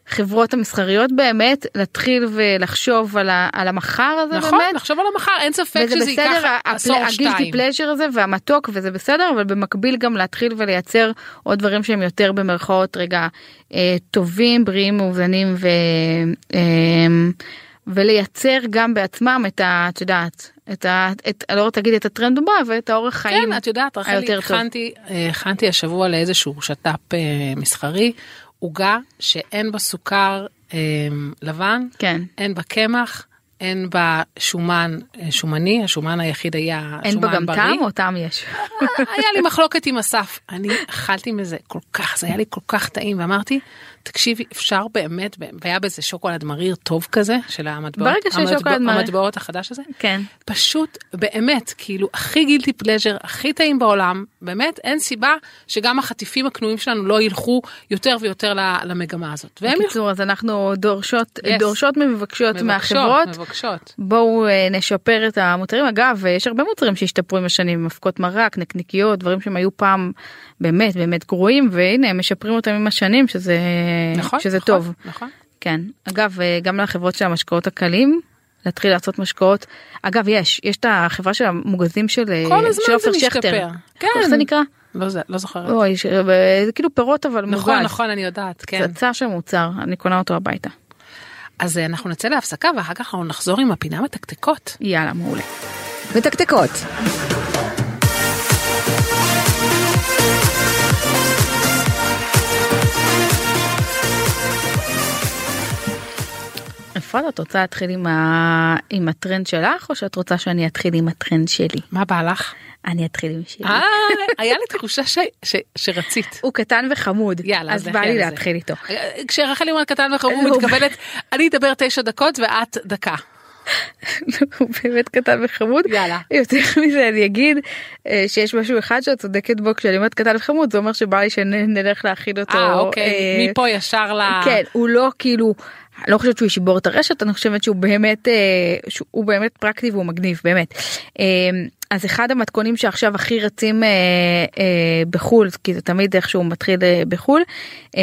D: חברות המסחריות באמת להתחיל ולחשוב על, ה, על המחר הזה
C: נכון,
D: באמת.
C: לחשוב על המחר, אין ספק
D: וזה
C: שזה ייקח
D: בסדר,
C: עשור או
D: הגילטי
C: שתיים.
D: פלז'ר הזה והמתוק וזה בסדר, אבל במקביל גם להתחיל ולייצר עוד דברים שהם יותר במרכאות רגע אה, טובים, בריאים, מאוזנים ו, אה, ולייצר גם בעצמם את ה... את יודעת, את ה... את, אני לא רוצה להגיד את הטרנד הבא, ואת האורח חיים.
C: כן, את יודעת, רחלי,
D: היותר טוב.
C: הכנתי, אה, הכנתי השבוע לאיזשהו שת"פ אה, מסחרי, עוגה שאין בה סוכר אה, לבן,
D: כן.
C: אין בה קמח, אין בה שומן אה, שומני, השומן היחיד היה
D: אין בה
C: שומן
D: גם
C: בריא.
D: טעם או טעם יש?
C: היה לי מחלוקת עם אסף, אני אכלתי מזה כל כך, זה היה לי כל כך טעים, ואמרתי, תקשיבי, אפשר באמת, והיה בזה שוקולד מריר טוב כזה, של המטבעות,
D: ברגע שיש
C: המטבע-
D: שוקולד מריר.
C: המטבעות החדש הזה,
D: כן.
C: פשוט באמת כאילו הכי גילטי פלז'ר הכי טעים בעולם באמת אין סיבה שגם החטיפים הכנועים שלנו לא ילכו יותר ויותר ל- למגמה הזאת. והם ילכו.
D: בקיצור אז אנחנו דורשות
C: Yes.
D: דורשות ומבקשות מהחברות
C: מבקשות.
D: בואו אה, נשפר את המוצרים אגב אה, יש הרבה מוצרים שהשתפרו עם השנים אבקות מרק נקניקיות דברים שהם היו פעם באמת באמת גרועים והנה הם משפרים אותם עם השנים שזה
C: נכון,
D: אה, שזה
C: נכון,
D: טוב
C: נכון.
D: כן אגב אה, גם לחברות של המשקאות הקלים. להתחיל לעשות משקאות אגב יש יש את החברה של המוגזים של אה,
C: כל הזמן
D: של עופר
C: זה
D: שכטר.
C: משתפר. כן.
D: איך זה נקרא?
C: לא, זה, לא זוכרת.
D: אוי, ש- אה, זה כאילו פירות אבל מוגז.
C: נכון נכון אני יודעת כן.
D: צצה של מוצר אני קונה אותו הביתה.
C: אז אה, אנחנו נצא להפסקה ואחר כך אנחנו נחזור עם הפינה מתקתקות.
D: יאללה מעולה.
E: מתקתקות,
D: אפרת את רוצה להתחיל עם, ה... עם הטרנד שלך או שאת רוצה שאני אתחיל עם הטרנד שלי?
C: מה בא לך?
D: אני אתחיל עם שלי.
C: אה, היה לי תחושה ש, ש, שרצית.
D: הוא קטן וחמוד
C: יאללה,
D: אז
C: לכי
D: בא
C: על
D: לי
C: זה.
D: להתחיל איתו.
C: כשרחלי אומרת קטן וחמור
D: הוא-
C: מתכוונת אני אדבר תשע דקות ואת דקה.
D: הוא באמת קטן וחמוד.
C: יאללה.
D: יותר מזה אני אגיד אה, שיש משהו אחד שאת צודקת בו כשאני אומרת קטן וחמוד זה אומר שבא לי שנלך להכין אותו.
C: אה אוקיי,
D: אה,
C: מפה ישר ל...
D: כן הוא לא כאילו אני לא חושבת שהוא ישבור את הרשת אני חושבת שהוא באמת אה, שהוא הוא באמת פרקטי והוא מגניב באמת. אה, אז אחד המתכונים שעכשיו הכי רצים אה, אה, בחו"ל כי זה תמיד איכשהו מתחיל אה, בחו"ל אה,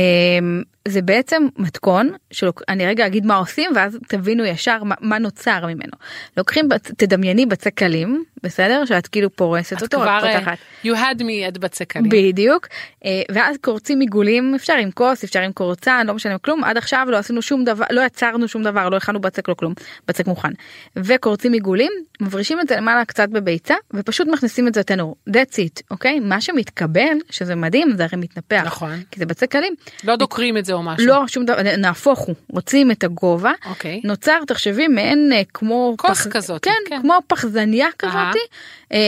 D: זה בעצם מתכון שאני רגע אגיד מה עושים ואז תבינו ישר מה, מה נוצר ממנו. לוקחים בצ- תדמייני בצק קלים בסדר שאת כאילו פורסת
C: את
D: אותו
C: כבר...
D: את
C: אה,
D: פותחת.
C: You had me at בצקנים.
D: בדיוק אה, ואז קורצים עיגולים אפשר עם כוס אפשר עם קורצן לא משנה כלום עד עכשיו לא עשינו שום דבר לא יצרנו שום דבר לא הכנו בצק לא כלום בצק מוכן וקורצים עיגולים מפרישים את זה למעלה קצת בביצה ופשוט מכניסים את זה לתנור that's it אוקיי מה שמתקבל שזה מדהים זה הרי מתנפח
C: נכון.
D: כי זה בצק קלים
C: לא דוקרים את זה או משהו.
D: לא שום דבר נהפוך הוא רוצים את הגובה
C: אוקיי.
D: נוצר תחשבי מעין אה, כמו
C: כוס כזאת,
D: כן,
C: כן.
D: כמו פחזניה
C: אהה.
D: כזאת אה,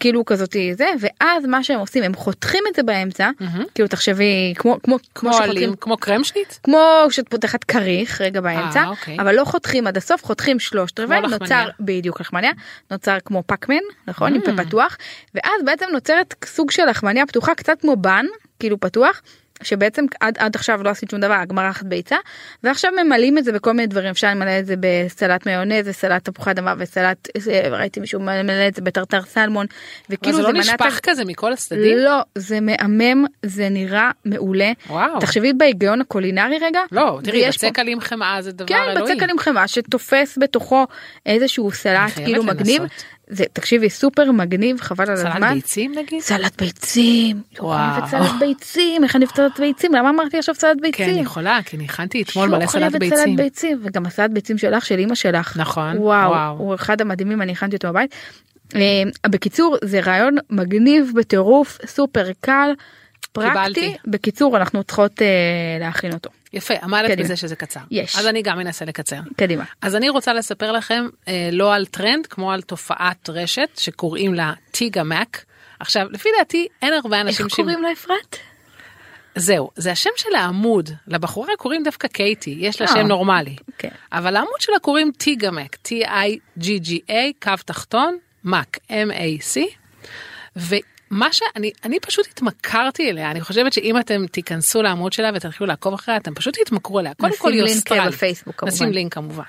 D: כאילו כזאת זה ואז מה שהם עושים הם חותכים את זה באמצע כאילו תחשבי כמו כמו לא,
C: כמו
D: שחותכים-
C: עלים, כמו קרמשנית?
D: כמו שאת פותחת כריך רגע באמצע
C: אוקיי.
D: אבל לא חותכים עד הסוף חותכים שלושת רבעי
C: לחמניה. אה.
D: נוצר בדיוק לחמניה נוצר כמו פקמן נכון? עם פה פתוח, ואז בעצם נוצרת סוג של לחמניה פתוחה, קצת כמו בן, כאילו פתוח. שבעצם עד, עד עכשיו לא עשית שום דבר, הגמרא אחת ביצה, ועכשיו ממלאים את זה בכל מיני דברים, אפשר למלא את זה בסלט מיונז וסלט תפוחי אדמה וסלט, אה, ראיתי מישהו ממלא את זה בטרטר סלמון,
C: אבל
D: וכאילו
C: זה לא
D: מנת
C: נשפך
D: ה-
C: כזה מכל הצדדים?
D: לא, זה מהמם, זה נראה מעולה.
C: וואו.
D: תחשבי בהיגיון הקולינרי רגע.
C: לא, תראי,
D: ויש פה-
C: בצק על עם חמאה זה דבר
D: כן,
C: אלוהי.
D: בצק על עם חמאה שתופס בתוכו איזשהו סלט
C: חייבת
D: כאילו
C: לנסות.
D: מגניב. זה, תקשיבי, סופר מגניב, חבל על
C: סלט
D: הזמן.
C: ביצים נגיד?
D: סלט ביצים.
C: וואו.
D: וואו. סלט ביצים, איך אני אוהבת סלט ביצים? למה אמרתי עכשיו סלט
C: כן,
D: ביצים?
C: אני יכולה, כי אני הכנתי אתמול
D: שהוא
C: מלא
D: חייב
C: סלט
D: את
C: ביצים.
D: ביצים. וגם הסלט ביצים שלך, של אימא שלך.
C: נכון,
D: וואו,
C: וואו.
D: הוא אחד המדהימים, אני הכנתי אותו בבית. אה, בקיצור, זה רעיון מגניב בטירוף, סופר קל, פרקטי.
C: קיבלתי.
D: בקיצור, אנחנו צריכות אה, להכין אותו.
C: יפה, עמדת
D: קדימה.
C: בזה שזה קצר.
D: כן, יש.
C: אז אני גם אנסה לקצר.
D: קדימה.
C: אז אני רוצה לספר לכם אה, לא על טרנד, כמו על תופעת רשת שקוראים לה טיגה מק. עכשיו, לפי דעתי אין הרבה
D: איך
C: אנשים
D: קוראים לה אפרת?
C: זהו, זה השם של העמוד. לבחורה קוראים דווקא קייטי, יש לה
D: אה,
C: שם נורמלי.
D: כן.
C: אבל העמוד שלה קוראים טיגמק, T-I-G-G-A, קו תחתון, מק, M-A-C. ומה שאני, אני פשוט התמכרתי אליה, אני חושבת שאם אתם תיכנסו לעמוד שלה ותתחילו לעקוב אחריה, אתם פשוט תתמכרו אליה. קודם
D: נשים
C: כל היא
D: לינק אה,
C: אוסטרלית.
D: בפייסבוק, כמובן.
C: נשים לינק כמובן.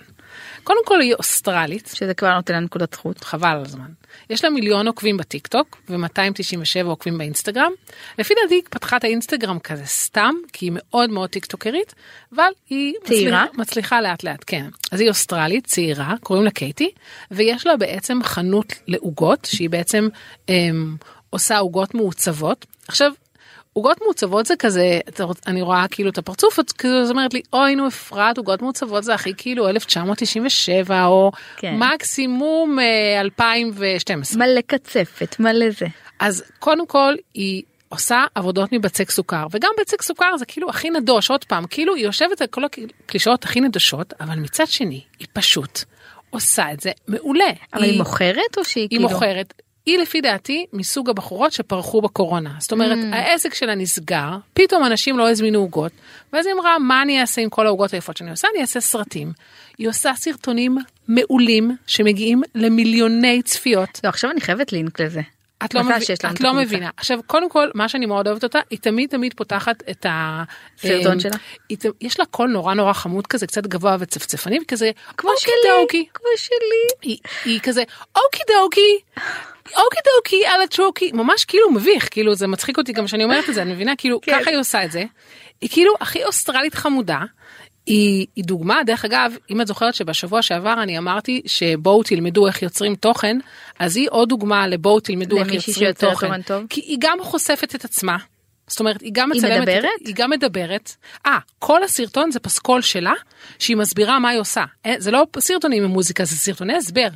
C: קודם כל היא אוסטרלית.
D: שזה כבר נותן לה נקודת זכות.
C: חבל על הזמן. יש לה מיליון עוקבים בטיקטוק ו-297 עוקבים באינסטגרם. לפי דעתי היא פתחה את האינסטגרם כזה סתם, כי היא מאוד מאוד טיקטוקרית, אבל היא
D: צעירה?
C: מצליחה, מצליחה לאט לאט, כן. אז היא אוסטרלית, צעירה, קוראים לה קייטי, ויש לה בעצם חנות לעוגות, שהיא בעצם אמ, עושה עוגות מעוצבות. עכשיו, עוגות מעוצבות זה כזה, אתה רוצ- אני רואה כאילו את הפרצוף, את כאילו זאת אומרת לי, אוי נו אפרת, עוגות מעוצבות זה הכי כאילו 1997, או
D: כן.
C: מה מקסימום אה, 2012.
D: מלא קצפת, מלא זה.
C: אז קודם כל היא עושה עבודות מבצק סוכר, וגם בצק סוכר זה כאילו הכי נדוש, עוד פעם, כאילו היא יושבת על כל הקלישאות הכי נדושות, אבל מצד שני, היא פשוט עושה את זה מעולה.
D: אבל היא מוכרת או שהיא
C: היא
D: כאילו?
C: מוכרת. היא לפי דעתי מסוג הבחורות שפרחו בקורונה. זאת אומרת,
D: Mm.
C: העסק שלה נסגר, פתאום אנשים לא הזמינו עוגות, ואז היא אמרה, מה אני אעשה עם כל העוגות היפות שאני עושה? אני אעשה סרטים. היא עושה סרטונים מעולים שמגיעים למיליוני צפיות.
D: לא, עכשיו אני חייבת לינק לזה.
C: את לא,
D: מזל
C: מבין,
D: שיש לנו
C: את
D: את
C: לא
D: הקבוצה.
C: מבינה. עכשיו, קודם כל, מה שאני מאוד אוהבת אותה, היא תמיד תמיד פותחת את ה...
D: סרטון
C: אמ,
D: שלה.
C: היא, ת- יש לה קול נורא נורא חמוד כזה, קצת גבוה וצפצפני, וכזה, "אוקיי,
D: כמו
C: "אוקי
D: שלי,
C: דוקי".
D: כמו שלי.
C: היא, היא כזה אוקי דוקי, אוקי דוקי על הטרוקי, ממש כאילו מביך, כאילו זה מצחיק אותי גם שאני אומרת את זה, אני מבינה, כאילו
D: כן.
C: ככה היא עושה את זה. היא כאילו הכי אוסטרלית חמודה. היא, היא דוגמה, דרך אגב, אם את זוכרת שבשבוע שעבר אני אמרתי שבואו תלמדו איך יוצרים תוכן, אז היא עוד דוגמה לבואו תלמדו איך
D: למישהי
C: יוצרים
D: שיוצרת
C: תוכן.
D: תוכן טוב.
C: כי היא גם חושפת את עצמה. זאת אומרת, היא גם
D: היא
C: מצלמת...
D: מדברת?
C: את- היא גם מדברת. אה, כל הסרטון זה פסקול שלה, שהיא מסבירה מה היא עושה. אה, זה לא סרטונים עם מוזיקה, זה סרטוני הסבר.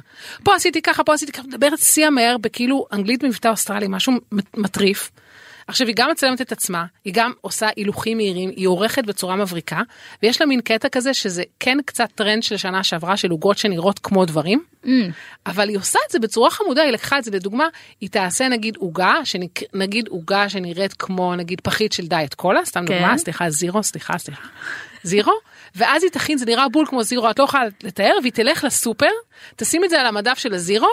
C: פה עשיתי ככה, פה עשיתי ככה, מדברת שיא המהר בכאילו אנגלית מבטא אוסטרלי, משהו מט- מטריף. עכשיו, היא גם מצלמת את עצמה, היא גם עושה הילוכים מהירים, היא עורכת בצורה מבריקה, ויש לה מין קטע כזה שזה כן קצת טרנד של שנה שעברה, של עוגות שנראות כמו דברים.
D: Mm.
C: אבל היא עושה את זה בצורה חמודה, היא לקחה את זה לדוגמה, היא תעשה נגיד עוגה, שנק- נגיד עוגה שנראית כמו נגיד פחית של דיאט קולה, סתם
D: כן.
C: דוגמה, סליחה, זירו, סליחה, סליחה, זירו, ואז היא תכין, זה נראה בול כמו זירו, את לא יכולה לתאר, והיא תלך לסופר, תשים את זה על המדף של הזירו,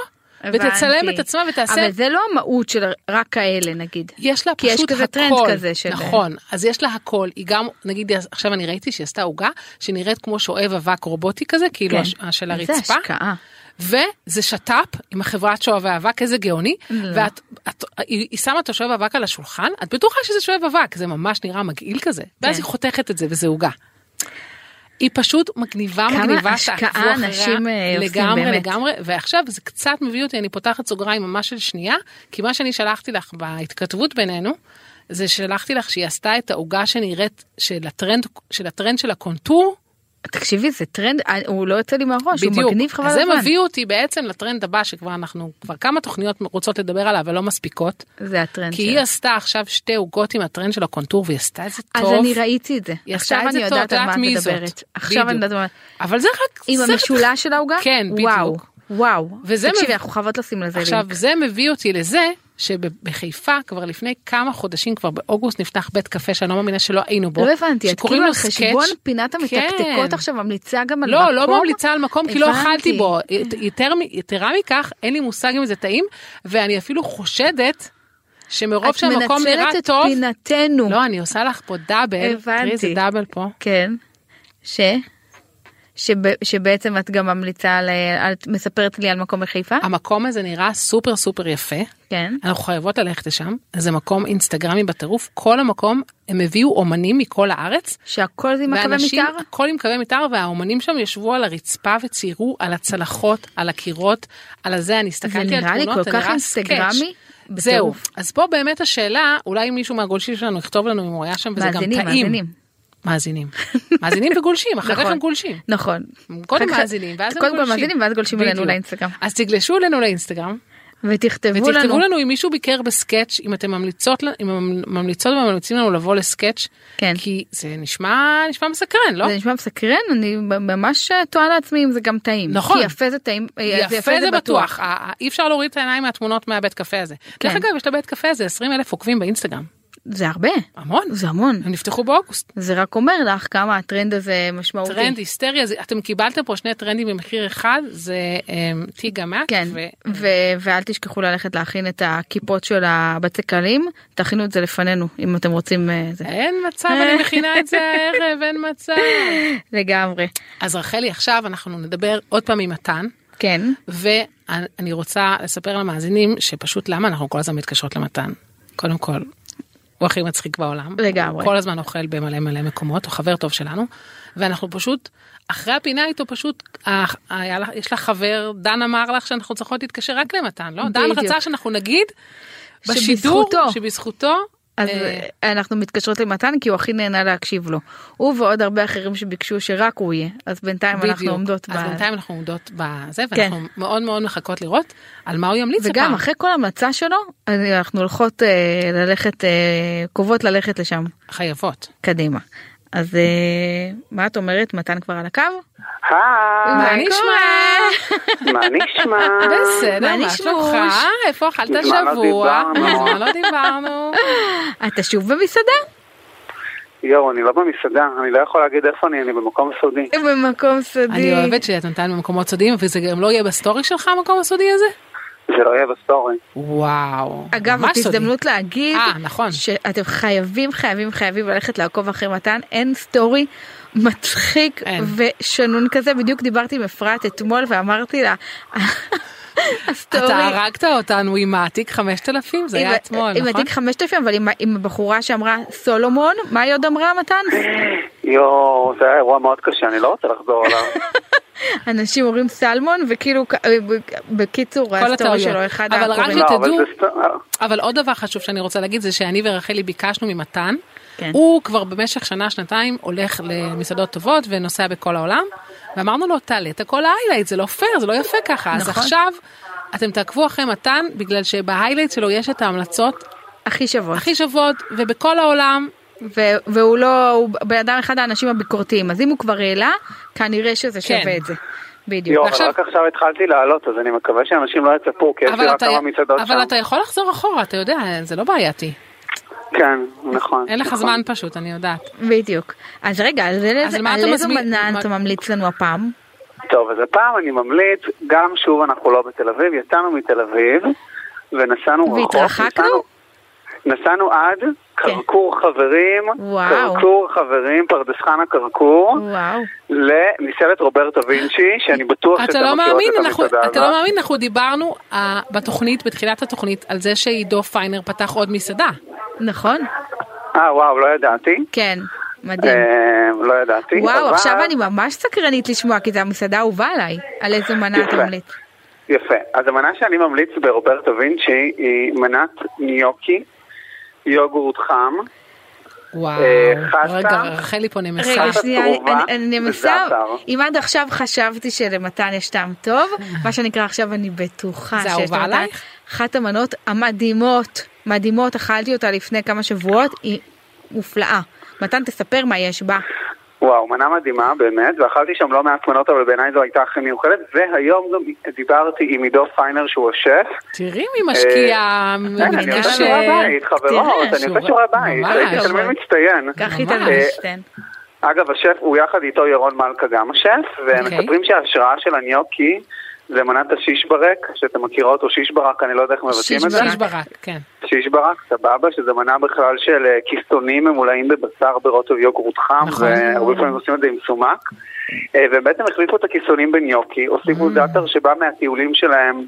C: ותצלם
D: הבנתי.
C: את עצמה ותעשה...
D: אבל זה לא המהות של רק כאלה נגיד.
C: יש לה
D: כי יש
C: פשוט
D: כזה
C: הכל,
D: טרנד כזה של-
C: נכון, אז יש לה הכל, היא גם, נגיד, עכשיו אני ראיתי שהיא עשתה עוגה שנראית כמו שואב אבק רובוטי כזה, כאילו
D: כן.
C: הש- של
D: זה
C: הרצפה,
D: השקעה.
C: וזה שת"פ עם החברת שואבי אבק, איזה גאוני.
D: לא.
C: ואת, את, היא, היא שמה את השואב אבק על השולחן, את בטוחה שזה שואב אבק, זה ממש נראה מגעיל כזה.
D: כן.
C: ואז היא חותכת את זה וזה עוגה. היא פשוט מגניבה,
D: כמה
C: מגניבה,
D: השקעה
C: תעקבו אחריה.
D: אנשים, אה, עושים,
C: לגמרי,
D: באמת.
C: לגמרי, ועכשיו זה קצת מביא אותי, אני פותחת סוגריים ממש של שנייה, כי מה שאני שלחתי לך בהתכתבות בינינו, זה שלחתי לך שהיא עשתה את העוגה שנראית, של הטרנד של, הטרנד של הקונטור,
D: תקשיבי זה טרנד אה, הוא לא יוצא לי מהראש הוא
C: בדיוק.
D: מגניב חבל
C: אז
D: הזמן.
C: זה מביא אותי בעצם לטרנד הבא שכבר אנחנו כבר כמה תוכניות רוצות לדבר עליו ולא מספיקות.
D: זה הטרנד
C: כי היא
D: שלה.
C: עשתה עכשיו שתי עוגות עם הטרנד של הקונטור והיא עשתה את זה
D: אז
C: טוב.
D: אני ראיתי את זה.
C: היא עשתה
D: עכשיו
C: את זה
D: אני
C: טוב,
D: יודעת על מה את
C: מי זאת.
D: מדברת. עכשיו אני
C: בדיוק.
D: יודעת על מה.
C: אבל זה רק...
D: עם
C: סרט
D: המשולש של העוגה?
C: כן,
D: וואו.
C: בדיוק.
D: וואו.
C: וזה
D: תקשיבי,
C: מב-
D: אנחנו חייבות לשים לזה
C: עכשיו,
D: לינק.
C: זה מביא אותי לזה שבחיפה כבר לפני כמה חודשים, כבר באוגוסט נפתח בית קפה שאני לא מאמינה שלא היינו בו.
D: לא הבנתי, את
C: שקוראים
D: כאילו על
C: לו סקץ'.
D: חשבון פינת המתקתקות
C: כן.
D: עכשיו ממליצה גם על
C: לא,
D: מקום?
C: לא ממליצה על מקום, כי לא
D: הבנתי.
C: אכלתי בו. יותר מ- יתרה מכך, אין לי מושג אם זה טעים, ואני אפילו חושדת שמרוב שהמקום נראה
D: את מנצלת
C: טוב...
D: את פינתנו.
C: לא, אני עושה לך פה דאבל. תראי איזה כן?
D: הבנתי.
C: דאבל פה.
D: כן. ש? שב, שבעצם את גם ממליצה על... על- את מספרת לי על מקום בחיפה?
C: המקום הזה נראה סופר סופר יפה.
D: כן.
C: אנחנו חייבות ללכת לשם. זה מקום אינסטגרמי בטירוף. כל המקום, הם הביאו אומנים מכל הארץ.
D: שהכל זה עם הקווי
C: ואנשים,
D: מתאר?
C: הכל עם קווי מתאר, והאומנים שם ישבו על הרצפה וציירו על הצלחות, על הקירות, על הזה, אני הסתכלתי על
D: זה
C: תמונות,
D: נראה לי כל
C: זה
D: כך
C: נראה
D: אינסטגרמי,
C: סקץ'. זהו,
D: בטירוף.
C: אז פה באמת השאלה, אולי אם מישהו מהגולשים שלנו יכתוב לנו אם הוא היה שם וזה גם טעים.
D: מאזינים, מאזינים.
C: מאזינים. מאזינים וגולשים, אחר כך הם גולשים.
D: נכון.
C: קודם
D: אחר כך-
C: מאזינים, ואז הם
D: קודם
C: גולשים.
D: כל מאזינים, ואז גולשים אלינו
C: בדיוק.
D: לאינסטגרם.
C: אז תגלשו אלינו לאינסטגרם,
D: ותכתבו לנו.
C: ותכתבו לנו אם מישהו ביקר בסקאץ', אם אתם ממליצות, ל- אם הם ממליצות וממליצים לנו לבוא לסקאץ',
D: כן.
C: כי זה נשמע, נשמע מסקרן, לא?
D: זה נשמע מסקרן, אני ממש תוהה לעצמי אם זה גם טעים.
C: נכון.
D: כי יפה זה טעים, אה,
C: יפה זה בטוח, אה, אה, אי אפשר להוריד את העיניים מהתמונות מהבית קפה הזה.
D: כן.
C: דרך אגב, יש לבית קפה הזה 20 אלף עוקבים באינסטגרם.
D: זה הרבה,
C: המון.
D: זה המון.
C: הם נפתחו באוגוסט.
D: זה רק אומר לך כמה הטרנד הזה משמעותי.
C: טרנד היסטריה, זה- אתם קיבלתם פה שני טרנדים במחיר אחד, זה אמ, טיגה מאק.
D: כן,
C: ו-
D: ו- ואל תשכחו ללכת להכין את הכיפות של הבצקלים, תכינו את זה לפנינו אם אתם רוצים אה, זה.
C: אין מצב, אני מכינה את זה הערב, אין מצב.
D: לגמרי.
C: אז רחלי, עכשיו אנחנו נדבר עוד פעם עם מתן,
D: כן,
C: ואני רוצה לספר למאזינים שפשוט למה אנחנו כל הזמן מתקשרות למתן. קודם כל, הוא הכי מצחיק בעולם.
D: לגמרי.
C: כל הזמן אוכל במלא מלא מקומות, הוא חבר טוב שלנו, ואנחנו פשוט, אחרי הפינה איתו פשוט, אה, היה לך- יש לך חבר, דן אמר לך שאנחנו צריכות להתקשר רק למתן, לא? דן
D: בדיוק.
C: רצה שאנחנו נגיד בשידור,
D: שבזכותו.
C: שבזכותו,
D: אז
C: אה,
D: אה, אנחנו מתקשרות למתן כי הוא הכי נהנה להקשיב לו. הוא ועוד הרבה אחרים שביקשו שרק הוא יהיה, אז בינתיים אנחנו
C: בדיוק.
D: עומדות
C: אז בינתיים אנחנו עומדות בזה,
D: כן.
C: ואנחנו מאוד מאוד מחכות לראות על מה הוא ימליץ
D: וגם אחרי כל המלצה שלו, אז אנחנו הולכות אה, ללכת, אה, קובעות ללכת לשם,
C: חייבות.
D: קדימה. אז אה, מה את אומרת? מתן כבר על הקו?
A: היי,
C: מה
D: מה
C: נשמע?
A: מה נשמע?
C: בסדר,
D: מה
C: אה, מה כאילו,
D: נשמע?
C: שלומך? איפה אכלת
A: מזמן לא
C: השבוע?
A: דיברנו.
C: מזמן לא דיברנו.
D: אתה שוב במסעדה?
A: יואו, אני לא במסעדה, אני לא יכול להגיד איפה אני, אני במקום סודי.
D: במקום סודי.
C: אני אוהבת שאת נתן במקומות סודיים, וזה גם לא יהיה בסטורי שלך המקום הסודי הזה?
A: זה לא יהיה בסטורי.
C: וואו.
D: אגב,
C: ממש
D: זאת
C: סודי.
D: הזדמנות להגיד,
C: אה, נכון.
D: שאתם חייבים, חייבים, חייבים ללכת לעקוב אחרי מתן, אין סטורי מצחיק
C: אין.
D: ושנון כזה, בדיוק דיברתי עם אפרת אתמול ואמרתי לה, הסטורי,
C: אתה הרגת אותנו עם התיק 5000, זה
D: עם-
C: היה אתמול, נכון?
D: עם התיק 5000, אבל עם ה- עם הבחורה שאמרה סולומון, מה היא עוד אמרה מתן?
A: יואו, זה היה אירוע מאוד קשה, אני לא רוצה לחזור עליו.
D: אנשים אומרים סלמון, וכאילו, כ- בקיצור, הסטורי
C: הטעויות.
D: שלו אחד
C: אבל רק
D: הקוראים.
A: לא,
C: שתדעו-
A: אבל זה סט-
C: אבל עוד דבר חשוב שאני רוצה להגיד זה שאני ורחלי ביקשנו ממתן,
D: כן.
C: הוא כבר במשך שנה שנתיים הולך למסעדות טובות ונוסע בכל העולם, ואמרנו לו תעלה את הכל ההיילייט, זה לא פייר, זה לא יפה ככה, אז
D: נכון.
C: עכשיו אתם תעקבו אחרי מתן בגלל שבהיילייט שלו יש את ההמלצות
D: הכי שוות.
C: הכי שוות ובכל העולם.
D: ו- והוא לא, הוא בן אדם אחד האנשים הביקורתיים, אז אם הוא כבר העלה, כנראה שזה
C: כן.
D: שווה את זה. בדיוק.
A: יואו, אבל
C: ועכשיו-
A: רק עכשיו התחלתי לעלות, אז אני מקווה שאנשים לא יצפו, כי יש לי
C: אבל
A: רק
C: אתה,
A: כמה מסעדות
C: אבל אתה
A: שם.
C: יכול לחזור אחורה, אתה יודע, זה לא בעייתי.
A: כן, נכון.
C: אין לך
A: נכון.
C: זמן פשוט, אני יודעת.
D: בדיוק. אז רגע, על
C: אז
D: איזה
C: מה
D: על
C: אתה
D: איזו
C: מזמין-
D: מנה
C: מה-
D: אתה ממליץ לנו הפעם?
A: טוב, אז הפעם אני ממליץ, גם שוב אנחנו לא בתל אביב, יצאנו מתל אביב, ונסענו רחוק.
D: והתרחקנו?
A: נסענו- נסענו עד
C: כן.
A: כרכור חברים,
D: וואו.
A: כרכור חברים, פרדס חנה כרכור,
D: וואו.
A: למסעדת רוברטו וינצ'י, שאני בטוח
C: אתה
A: שאתם
C: לא
A: מכירות
C: מאמין,
A: את
C: אנחנו,
A: המסעדה
C: אתה לא
A: הזאת.
C: מאמין, אנחנו דיברנו uh, בתוכנית, בתחילת התוכנית, על זה שעידו פיינר פתח עוד מסעדה.
D: נכון?
A: אה, וואו, לא ידעתי.
D: כן, מדהים.
A: אה, לא ידעתי.
D: וואו,
A: אבל-
D: עכשיו אני ממש סקרנית לשמוע, כי זו המסעדה האהובה עליי. על איזו מנה אתה
A: יפה.
D: ממליץ?
A: יפה. אז המנה שאני ממליץ ברוברטו וינצ'י היא מנת ניוקי, יוגורט חם.
C: וואו,
A: אה, חסה?
C: רגע, רחלי פה נמסה.
D: רגע,
A: חסה
D: שנייה, אני-
A: צרובה
D: אני- אני
A: וזה
D: מנסה,
A: עטר.
D: אם עד עכשיו חשבתי שלמתן יש טעם טוב, מה שנקרא עכשיו אני בטוחה
C: זה
D: שיש
C: אהובה
D: למתן.
C: עלייך?
D: אחת המנות המדהימות, מדהימות, אכלתי אותה לפני כמה שבועות, היא מופלאה. מתן, תספר מה יש בה.
A: וואו, מנה מדהימה באמת, ואכלתי שם לא מעט מנות, אבל בעיניי זו הייתה הכי מיוחדת, והיום גם דיברתי עם עידו פיינר שהוא השף.
C: תראי מי משקיע,
A: כן, אני עושה
C: מתקשר.
A: שיעורי בית, חברות,
C: תראה,
A: אני עושה
C: שיעור-
A: שיעורי בית,
C: ממש.
A: הייתי תלמיד מצטיין. אה,
D: קח
C: ממש.
D: איתנו שתיהן.
A: אגב, השף הוא יחד איתו ירון מלכה גם השף, והם
C: אוקיי.
A: מספרים שההשראה של הניוקי זה מנת השישברק, שאתם מכירות, או שישברק, אני לא יודע איך מבטאים את זה.
C: שיש ברק, כן.
A: שישברק, סבבה, שזה מנה בכלל של אה, כיסונים ממולאים בבשר ברוטב יוגורט חם,
C: נכון.
A: והרבה פעמים עושים את זה עם סומק. אה, והם בעצם החליפו את הכיסונים בניוקי,
C: Mm.
A: הוסיפו זאטר שבא מהטיולים שלהם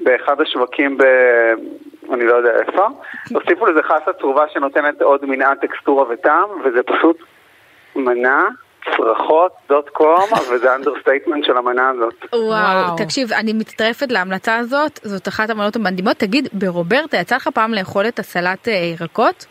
A: באחד השווקים ב... אני לא יודע איפה. הוסיפו לזה חסה צרובה שנותנת עוד מנעד טקסטורה וטעם, וזה פשוט מנה, צרחות, דוט קום, וזה אנדרסטייטמנט של המנה הזאת.
D: וואו,
C: אה, וואו.
D: תקשיב, אני מצטרפת להמלצה הזאת, זאת אחת המנות המדהימות. תגיד, ברוברטה, יצא לך פעם לאכול את הסלט אה, ירקות?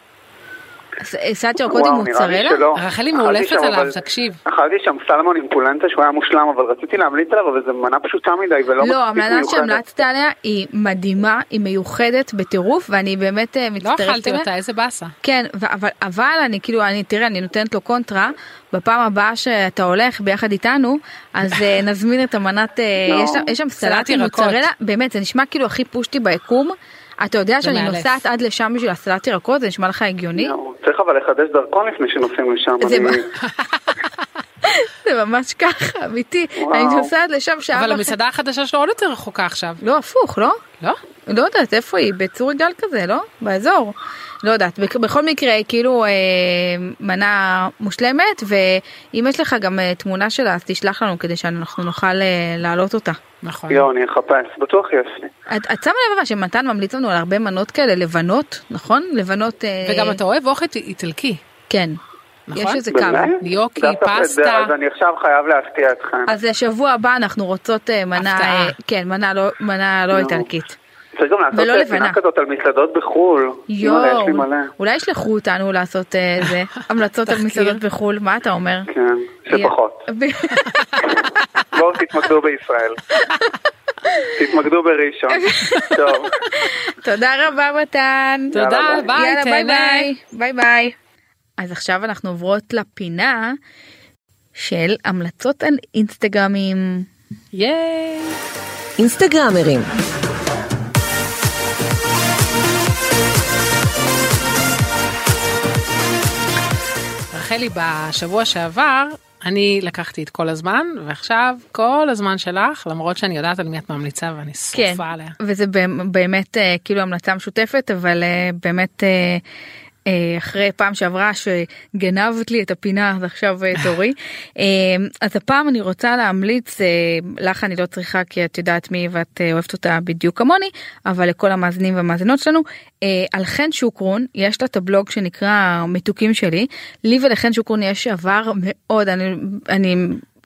D: ס- אה, סלט ירקות עם
A: וואו, נראה לי
D: מוצרלה?
A: שלא.
C: רחלי
A: לא, אכלתי
C: מאולפת
A: שם,
C: עליו,
A: אבל-
C: תקשיב.
A: אכלתי שם סלמון עם פולנטה שהוא היה מושלם, אבל רציתי להמליץ עליו, אבל זו מנה פשוטה מדי ולא
D: לא,
A: מספיק
D: המנה
A: מיוחדת.
D: שהמלצת עליה היא מדהימה, היא מיוחדת בטירוף, ואני באמת אה,
C: לא
D: מצטרפת.
C: אכלתי
D: אליה.
C: אותה, איזה באסה.
D: כן, ו- אבל, אבל אני כאילו, אני, תראה, אני נותנת לו קונטרה, בפעם הבאה שאתה הולך ביחד איתנו, אז אה, נזמין את המנת, אה,
A: לא.
D: יש, שם- יש שם
C: סלט
D: סלט עם
C: ירקות.
D: מוצרלה, באמת, זה נשמע כאילו הכי פושטי ביקום. אתה יודע שאני
C: מאלף.
D: נוסעת עד לשם בשביל הסלט ירקות, זה נשמע לך הגיוני?
A: לא, צריך אבל לחדש דרכון לפני שנוסעים לשם.
D: זה
A: אני-
D: מה- זה ממש ככה, אמיתי.
A: וואו.
D: אני נוסעת לשם שעה
C: אבל
D: וחצי.
C: המסעדה החדשה שלו עוד יותר רחוקה עכשיו,
D: לא, הפוך, לא?
C: לא?
D: לא יודעת, איפה היא? בצור יגאל כזה, לא? באזור. לא יודעת, בכ- בכל מקרה, כאילו אה, מנה מושלמת, ואם יש לך גם אה, תמונה שלה, אז תשלח לנו כדי שאנחנו נוכל אה, להעלות אותה.
C: נכון.
A: לא, אני אחפש, בטוח יש לי.
D: את, את שמה לב אבל שמתן ממליץ לנו על הרבה מנות כאלה, לבנות, נכון? לבנות... אה,
C: וגם אתה אוהב אוכל איטלקי,
D: כן.
C: נכון?
D: יש איזה כמה.
A: באמת?
C: ניוקי,
A: דווקא את זה,
C: פסטה.
A: אז אני עכשיו חייב להפתיע אתכם.
D: אז לשבוע הבא אנחנו רוצות אה, מנה...
C: הפתעה.
D: אה, כן, מנה לא, מנה לא
A: נו.
D: איטלקית.
A: צריך גם לעשות
D: ולא
A: אה,
D: לבנה.
A: פינה כזאת על מסעדות בחו"ל. יואו. יש לי
D: יואו,
A: מלא.
D: אולי ישלחו אותנו לעשות אה, זה, המלצות על
C: תחקיר.
D: מסעדות בחו"ל, מה אתה אומר?
A: כן, שפחות. בואו תתמקדו בישראל. תתמקדו בראשון. טוב.
D: תודה רבה מתן.
C: תודה,
A: יאללה,
C: ביי,
D: יאללה ביי
C: תהנה.
D: ביי. ביי ביי. אז עכשיו אנחנו עוברות לפינה של המלצות על אינסטגרמים.
C: ייי!
E: אינסטגרמרים.
C: רחלי, בשבוע שעבר אני לקחתי את כל הזמן, ועכשיו כל הזמן שלך, למרות שאני יודעת על מי את ממליצה ואני
D: כן,
C: שרופה עליה.
D: וזה באמ- באמת אה, כאילו המלצה משותפת אבל אה, באמת אה, אה, אחרי פעם שעברה שגנבת לי את הפינה אז עכשיו אה, תורי אה, אז הפעם אני רוצה להמליץ אה, לך אני לא צריכה כי את יודעת מי ואת אה, אוהבת אותה בדיוק כמוני אבל לכל המאזינים והמאזינות שלנו אה, על חן שוקרון יש לה את הבלוג שנקרא מתוקים שלי לי ולחן שוקרון יש עבר מאוד אני אני.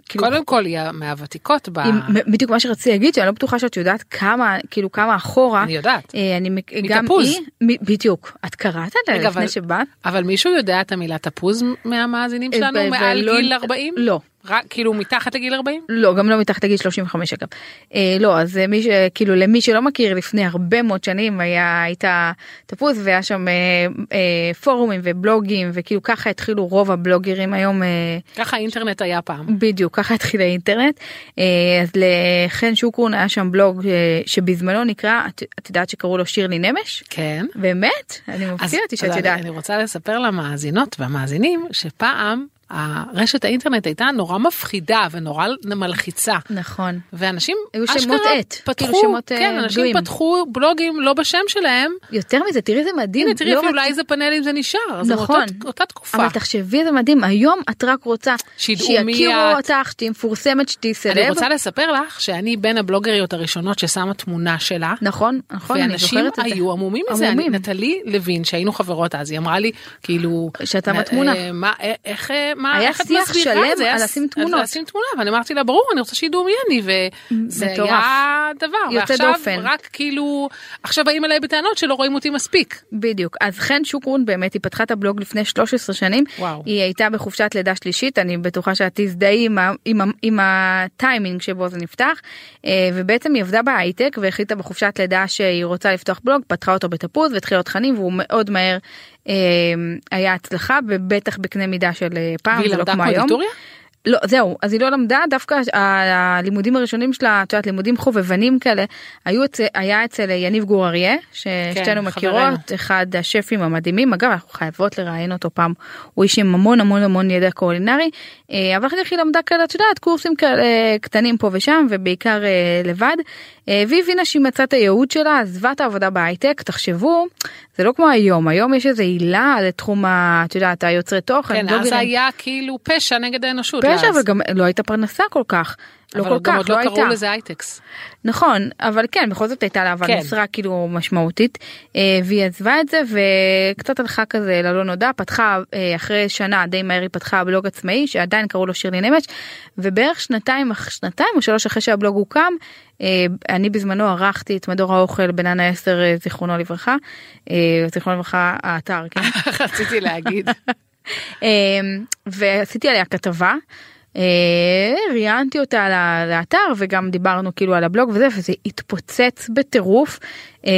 D: כאילו
C: קודם כל היא מהוותיקות ב...
D: עם, בדיוק מה שרציתי להגיד שאני לא בטוחה שאת יודעת כמה כאילו כמה אחורה
C: אני יודעת.
D: אה, אני מק- גם
C: מתפוז.
D: היא מ- בדיוק את קראת עליה
C: רגע,
D: לפני
C: אבל-
D: שבאת.
C: אבל מישהו יודע את המילה תפוז מהמאזינים שלנו
D: אה, ב-
C: מעל
D: ולא-
C: גיל 40?
D: לא.
C: רק כאילו מתחת לגיל 40?
D: לא גם לא מתחת לגיל 35 אגב. אה, לא אז אה, מי שכאילו למי שלא מכיר לפני הרבה מאוד שנים היה הייתה תפוז והיה שם אה, אה, פורומים ובלוגים וכאילו ככה התחילו רוב הבלוגרים היום אה,
C: ככה האינטרנט היה פעם.
D: בדיוק ככה התחיל האינטרנט אה, אז לחן שוקרון היה שם בלוג אה, שבזמנו נקרא את, את יודעת שקראו לו שירלי נמש
C: כן.
D: באמת אני מפתיע אותי שאת
C: אני-
D: יודעת
C: אני רוצה לספר למאזינות והמאזינים שפעם הרשת האינטרנט הייתה נורא מפחידה ונורא מלחיצה.
D: נכון
C: ואנשים
D: היו
C: אשכרה
D: שמות עט, כאילו
C: פתחו,
D: שמות, אה,
C: כן, אנשים
D: בדויים.
C: פתחו בלוגים לא בשם שלהם,
D: יותר מזה תראי זה מדהים
C: הנה תראי
D: לא
C: אפילו
D: רק-
C: אולי איזה פאנלים זה נשאר, זה
D: נכון.
C: מאותה- אותה תקופה.
D: אבל תחשבי זה מדהים היום את רק רוצה
C: שידעו מי
D: שיכירו
C: את.
D: אותך שתהיי מפורסמת שתהיי
C: אני
D: סלב
C: רוצה לספר לך שאני בין הבלוגריות הראשונות ששמה תמונה שלה.
D: נכון נכון אני
C: ואנשים
D: זוכרת את זה
C: היו עמומים מזה, אני-
D: עמומים.
C: נטלי לוין שהיינו חברות אז, היא אמרה לי כאילו,
D: שאתה
C: מה-
D: בתמונה.
C: אה, מה, אה, איך, אה, מה,
D: היה
C: איך את
D: שיח
C: מסבירה
D: שלם
C: את זה? היה
D: על
C: ס-
D: לשים תמונות.
C: על לשים תמונה, ואני אמרתי לה ברור אני רוצה שידעו מי אני, וזה
D: מטורף.
C: היה דבר,
D: יוצא
C: ועכשיו
D: דופן.
C: רק כאילו, עכשיו באים אליי בטענות שלא רואים אותי מספיק,
D: בדיוק אז חן שוקרון באמת היא פתחה את הבלוג לפני 13 שנים
C: וואו.
D: היא הייתה בחופשת לידה שלישית אני בטוחה שאת תזדהי עם, ה- עם, ה- עם הטיימינג שבו זה נפתח אה, ובעצם היא עבדה בהייטק והחליטה בחופשת לידה שהיא רוצה לפתוח בלוג פתחה אותו בתפוז והתחילה עוד תכנים והוא מאוד מהר אה, היה הצלחה ובטח בקנה מידה של אה, פעם,
C: והיא
D: זה לא
C: למדה
D: כמו היום.
C: קונדיטוריה?
D: לא, זהו, אז היא לא למדה, דווקא ה- הלימודים הראשונים שלה, את יודעת, לימודים חובבנים כאלה, היו אצל, היה אצל יניב גור אריה, ששתינו
C: כן,
D: מכירות,
C: חברנו.
D: אחד השפים המדהימים, אגב, אנחנו חייבות לראיין אותו פעם, הוא איש עם המון המון המון ידע קולינרי, אה, אבל אחר כך היא למדה כאלה, את יודעת, קורסים כאלה אה, קטנים פה ושם, ובעיקר אה, לבד, אה, והיא הבינה שהיא מצאה את הייעוד שלה, עזבה את העבודה בהייטק, תחשבו, זה לא כמו היום, היום יש איזו עילה לתחום, ה- את יודעת, היוצרי תוכן, לא
C: כן, אז
D: בלוגרים.
C: היה כאילו פשע נגד האנושות.
D: פשע,
C: אז.
D: אבל גם לא הייתה פרנסה כל כך. לא
C: אבל
D: כל
C: גם עוד
D: כך, לא
C: לא קראו
D: הייתה.
C: לזה הייטקס.
D: נכון, אבל כן, בכל זאת הייתה לה אבל
C: כן.
D: משרה כאילו משמעותית, אה, והיא עזבה את זה וקצת הלכה כזה ללא נודע, פתחה אה, אחרי שנה די מהר היא פתחה בלוג עצמאי שעדיין קראו לו שירלי נמש, ובערך שנתיים, אח- שנתיים או שלוש אחרי שהבלוג הוקם, אה, אני בזמנו ערכתי את מדור האוכל בננה 10 אה, זיכרונו לברכה, אה, זיכרונו לברכה האתר, כן?
C: רציתי להגיד.
D: אמ, ועשיתי עליה כתבה. אה, ראיינתי אותה ל- לאתר וגם דיברנו כאילו על הבלוג וזה וזה התפוצץ בטירוף אה,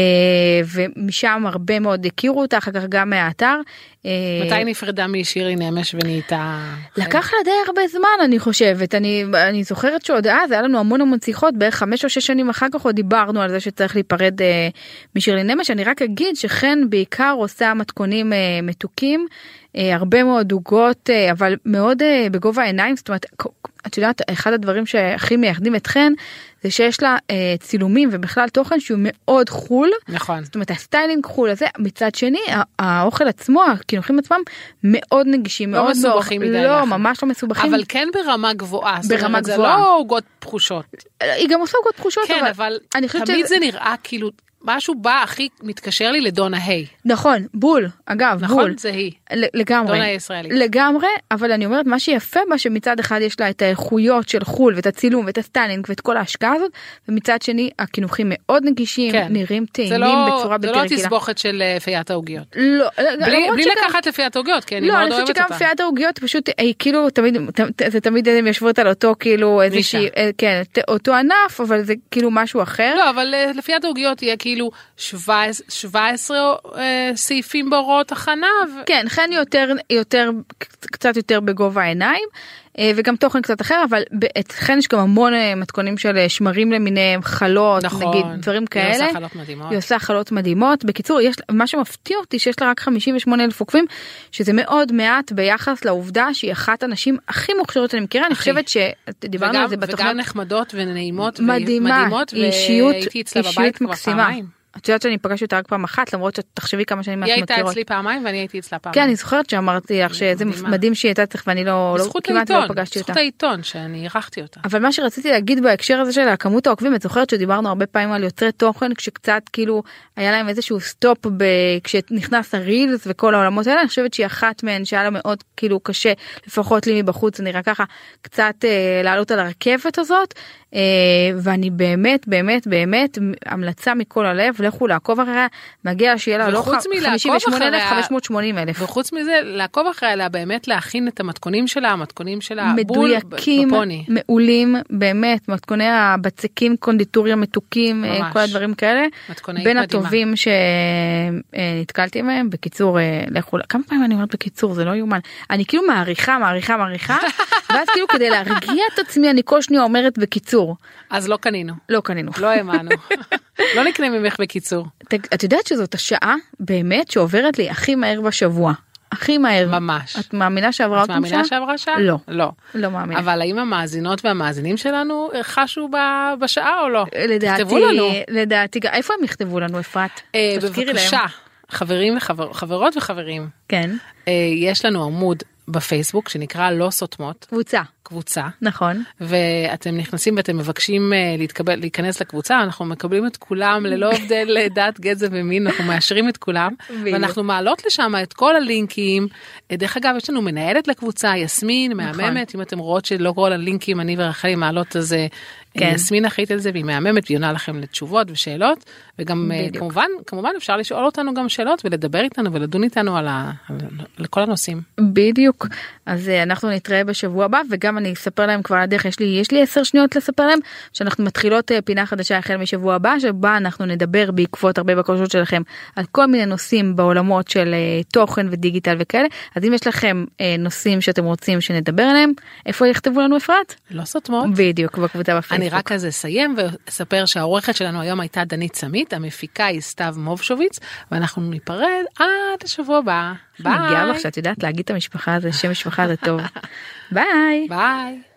D: ומשם הרבה מאוד הכירו אותה אחר כך גם מהאתר. אה,
C: מתי נפרדה משירי נמש ונהייתה...
D: כן. לקח לה די הרבה זמן אני חושבת אני אני זוכרת שעוד אז היה לנו המון המון שיחות בערך חמש או שש שנים אחר כך עוד דיברנו על זה שצריך להיפרד אה, משירלי נמש אני רק אגיד שחן בעיקר עושה מתכונים אה, מתוקים אה, הרבה מאוד עוגות אה, אבל מאוד אה, בגובה העיניים זאת אומרת כ- את יודעת אחד הדברים שהכי מייחדים את חן זה שיש לה אה, צילומים ובכלל תוכן שהוא מאוד חול
C: נכון.
D: זאת אומרת הסטיילינג חול הזה מצד שני ה- האוכל עצמו הקינוחים עצמם מאוד נגישים
C: לא
D: מאוד
C: מסובכים
D: לא,
C: מדי
D: לא
C: לך.
D: ממש לא מסובכים
C: אבל כן ברמה גבוהה. זאת
D: ברמה
C: אומרת, זה
D: גבוהה.
C: לא עוגות פחושות.
D: היא גם עושה עוגות פחושות
C: כן,
D: אבל,
C: אבל
D: אני חושבת
C: תמיד
D: שזה
C: זה נראה כאילו משהו בא הכי מתקשר לי לדונה היי.
D: נכון בול אוקיי. אגב בול
C: נכון? זה היא.
D: ל- לגמרי
C: דונה הישראלית.
D: לגמרי אבל אני אומרת מה שיפה בה שמצד אחד יש לה את האיכויות של חול ואת הצילום ואת הסטיילינג ואת כל ההשקעה הזאת ומצד שני הקינוחים מאוד נגישים
C: כן.
D: נראים
C: זה
D: טעימים
C: לא
D: בצורה בלתי
C: זה לא
D: רגילה.
C: תסבוכת של אה, פיית העוגיות.
D: לא,
C: בלי
D: למרות
C: בלי
D: שגם-
C: לקחת לפיית העוגיות, כי אני
D: לא,
C: מאוד
D: אני חושבת
C: אוהבת
D: שגם
C: אותה.
D: פיית העוגיות פשוט היא כאילו תמיד ת- זה תמיד הם יושבות על אותו כאילו איזושהי אה, כן ת- אותו ענף אבל זה כאילו משהו אחר.
C: לא, אבל אה, לפי הדוגיות יהיה כאילו 17 17 אה, סעיפים בהוראות הכנה. ו-
D: כן חן יותר יותר קצת יותר בגובה העיניים אה, וגם תוכן קצת אחר אבל ב- את חן יש גם המון אה, מתכונים של אה, שמרים למיניהם חלות נגיד דברים כאלה.
C: נכון. היא עושה חלות מדהימות.
D: היא עושה חלות מדהימות בקיצור יש לה- מה שמפתיע אותי שיש לה רק 58 אלף עוקבים שזה מאוד מעט ביחס לעובדה שהיא אחת הנשים הכי מוכשרות שאני מכירה אני
C: הכי.
D: חושבת שדיברנו על
C: וגם-
D: זה
C: וגם
D: בתוכנית
C: נחמדות ונעימות
D: מדהימה,
C: ומדהימות.
D: היא אישיות,
C: והייתי אצלה בבית
D: אישיות
C: כבר
D: מקסימה.
C: פעמיים.
D: את יודעת שאני פגשתי אותה רק פעם אחת למרות שתחשבי כמה שנים את
C: היא
D: מכירות.
C: הייתה אצלי פעמיים ואני הייתי אצלה
D: כן
C: פעמיים.
D: אני זוכרת שאמרתי לך שזה
C: מדהימה.
D: מדהים שהיא הייתה צריך ואני לא, לא
C: בזכות
D: כמעט לא
C: העיתון,
D: פגשתי אותה.
C: בזכות העיתון שאני אירחתי אותה.
D: אבל מה שרציתי להגיד בהקשר הזה של הכמות העוקבים את זוכרת שדיברנו הרבה פעמים על יוצרי תוכן כשקצת כאילו היה להם איזשהו סטופ ב... כשנכנס הרילס וכל העולמות האלה אני חושבת שהיא אחת מהן שהיה לה מאוד כאילו קשה לפחות לי מבחוץ זה נראה ככה קצת אה, לעלות על הרכבת הזאת אה, ואני באמת באמת באמת המלצה מכל הלב לכו לעקוב אחריה מגיע שיהיה לה לא
C: וחוץ
D: ח-
C: מלעקוב
D: 58,000,
C: אחריה-
D: 580 אלף.
C: וחוץ מזה, לעקוב אחריה, לה באמת להכין את המתכונים שלה, המתכונים שלה, בול
D: מדויקים,
C: בפוני.
D: מעולים, באמת, מתכוני הבצקים, קונדיטוריה מתוקים, אה,
C: ממש.
D: כל הדברים כאלה.
C: מתכונאית
D: בין
C: מדהימה.
D: הטובים שנתקלתי בהם, בקיצור, אה, לכו, כמה פעמים אני אומרת בקיצור, זה לא יאומן. אני כאילו מעריכה, מעריכה, מעריכה, ואז כאילו כדי להרגיע את עצמי, אני כל שניה אומרת בקיצור,
C: אז לא קנינו,
D: לא קנינו.
C: לא האמנו. לא נקנה ממך בקיצור,
D: ת- את יודעת שזאת השעה באמת שעוברת לי הכי מהר בשבוע. הכי מהר.
C: ממש.
D: את מאמינה שעברה
C: את
D: עוד פעם שעה?
C: מאמינה שעברה שעה?
D: לא.
C: לא.
D: לא מאמינה.
C: אבל האם המאזינות והמאזינים שלנו חשו ב- בשעה או לא?
D: לדעתי,
C: תכתבו לנו.
D: לדעתי, גם- איפה הם יכתבו לנו אפרת?
C: אה,
D: תזכירי להם.
C: בבקשה, חברים וחברות וחברים,
D: כן,
C: אה, יש לנו עמוד בפייסבוק שנקרא לא סותמות,
D: קבוצה,
C: קבוצה.
D: נכון.
C: ואתם נכנסים ואתם מבקשים אה, להתקבל להיכנס לקבוצה אנחנו מקבלים את כולם ללא הבדל אה, דת גזע ומין אנחנו מאשרים את כולם
D: בדיוק.
C: ואנחנו מעלות לשם את כל הלינקים אה, דרך אגב יש לנו מנהלת לקבוצה יסמין
D: נכון.
C: מהממת אם אתם רואות שלא כל הלינקים אני ורחלי מעלות אז אה,
D: כן.
C: יסמין אחראית על זה והיא מהממת והיא עונה לכם לתשובות ושאלות וגם אה,
D: בדיוק.
C: כמובן כמובן אפשר לשאול אותנו גם שאלות ולדבר איתנו ולדון איתנו על, ה, על, על כל הנושאים.
D: בדיוק. אז אה, אנחנו נתראה בשבוע הבא, וגם גם אני אספר להם כבר על הדרך יש לי יש לי 10 שניות לספר להם שאנחנו מתחילות אה, פינה חדשה החל משבוע הבא שבה אנחנו נדבר בעקבות הרבה בקשות שלכם על כל מיני נושאים בעולמות של אה, תוכן ודיגיטל וכאלה אז אם יש לכם אה, נושאים שאתם רוצים שנדבר עליהם איפה יכתבו לנו אפרת?
C: לא סותמות.
D: בדיוק בקבוצה בפייסבוק.
C: אני רק אז אסיים ואספר שהעורכת שלנו היום הייתה דנית סמית, המפיקה היא סתיו מובשוביץ, ואנחנו ניפרד עד השבוע הבא.
D: אני גאה
C: ביי.
D: בך שאת יודעת להגיד את המשפחה הזה, שם משפחה זה טוב. ביי.
C: ביי.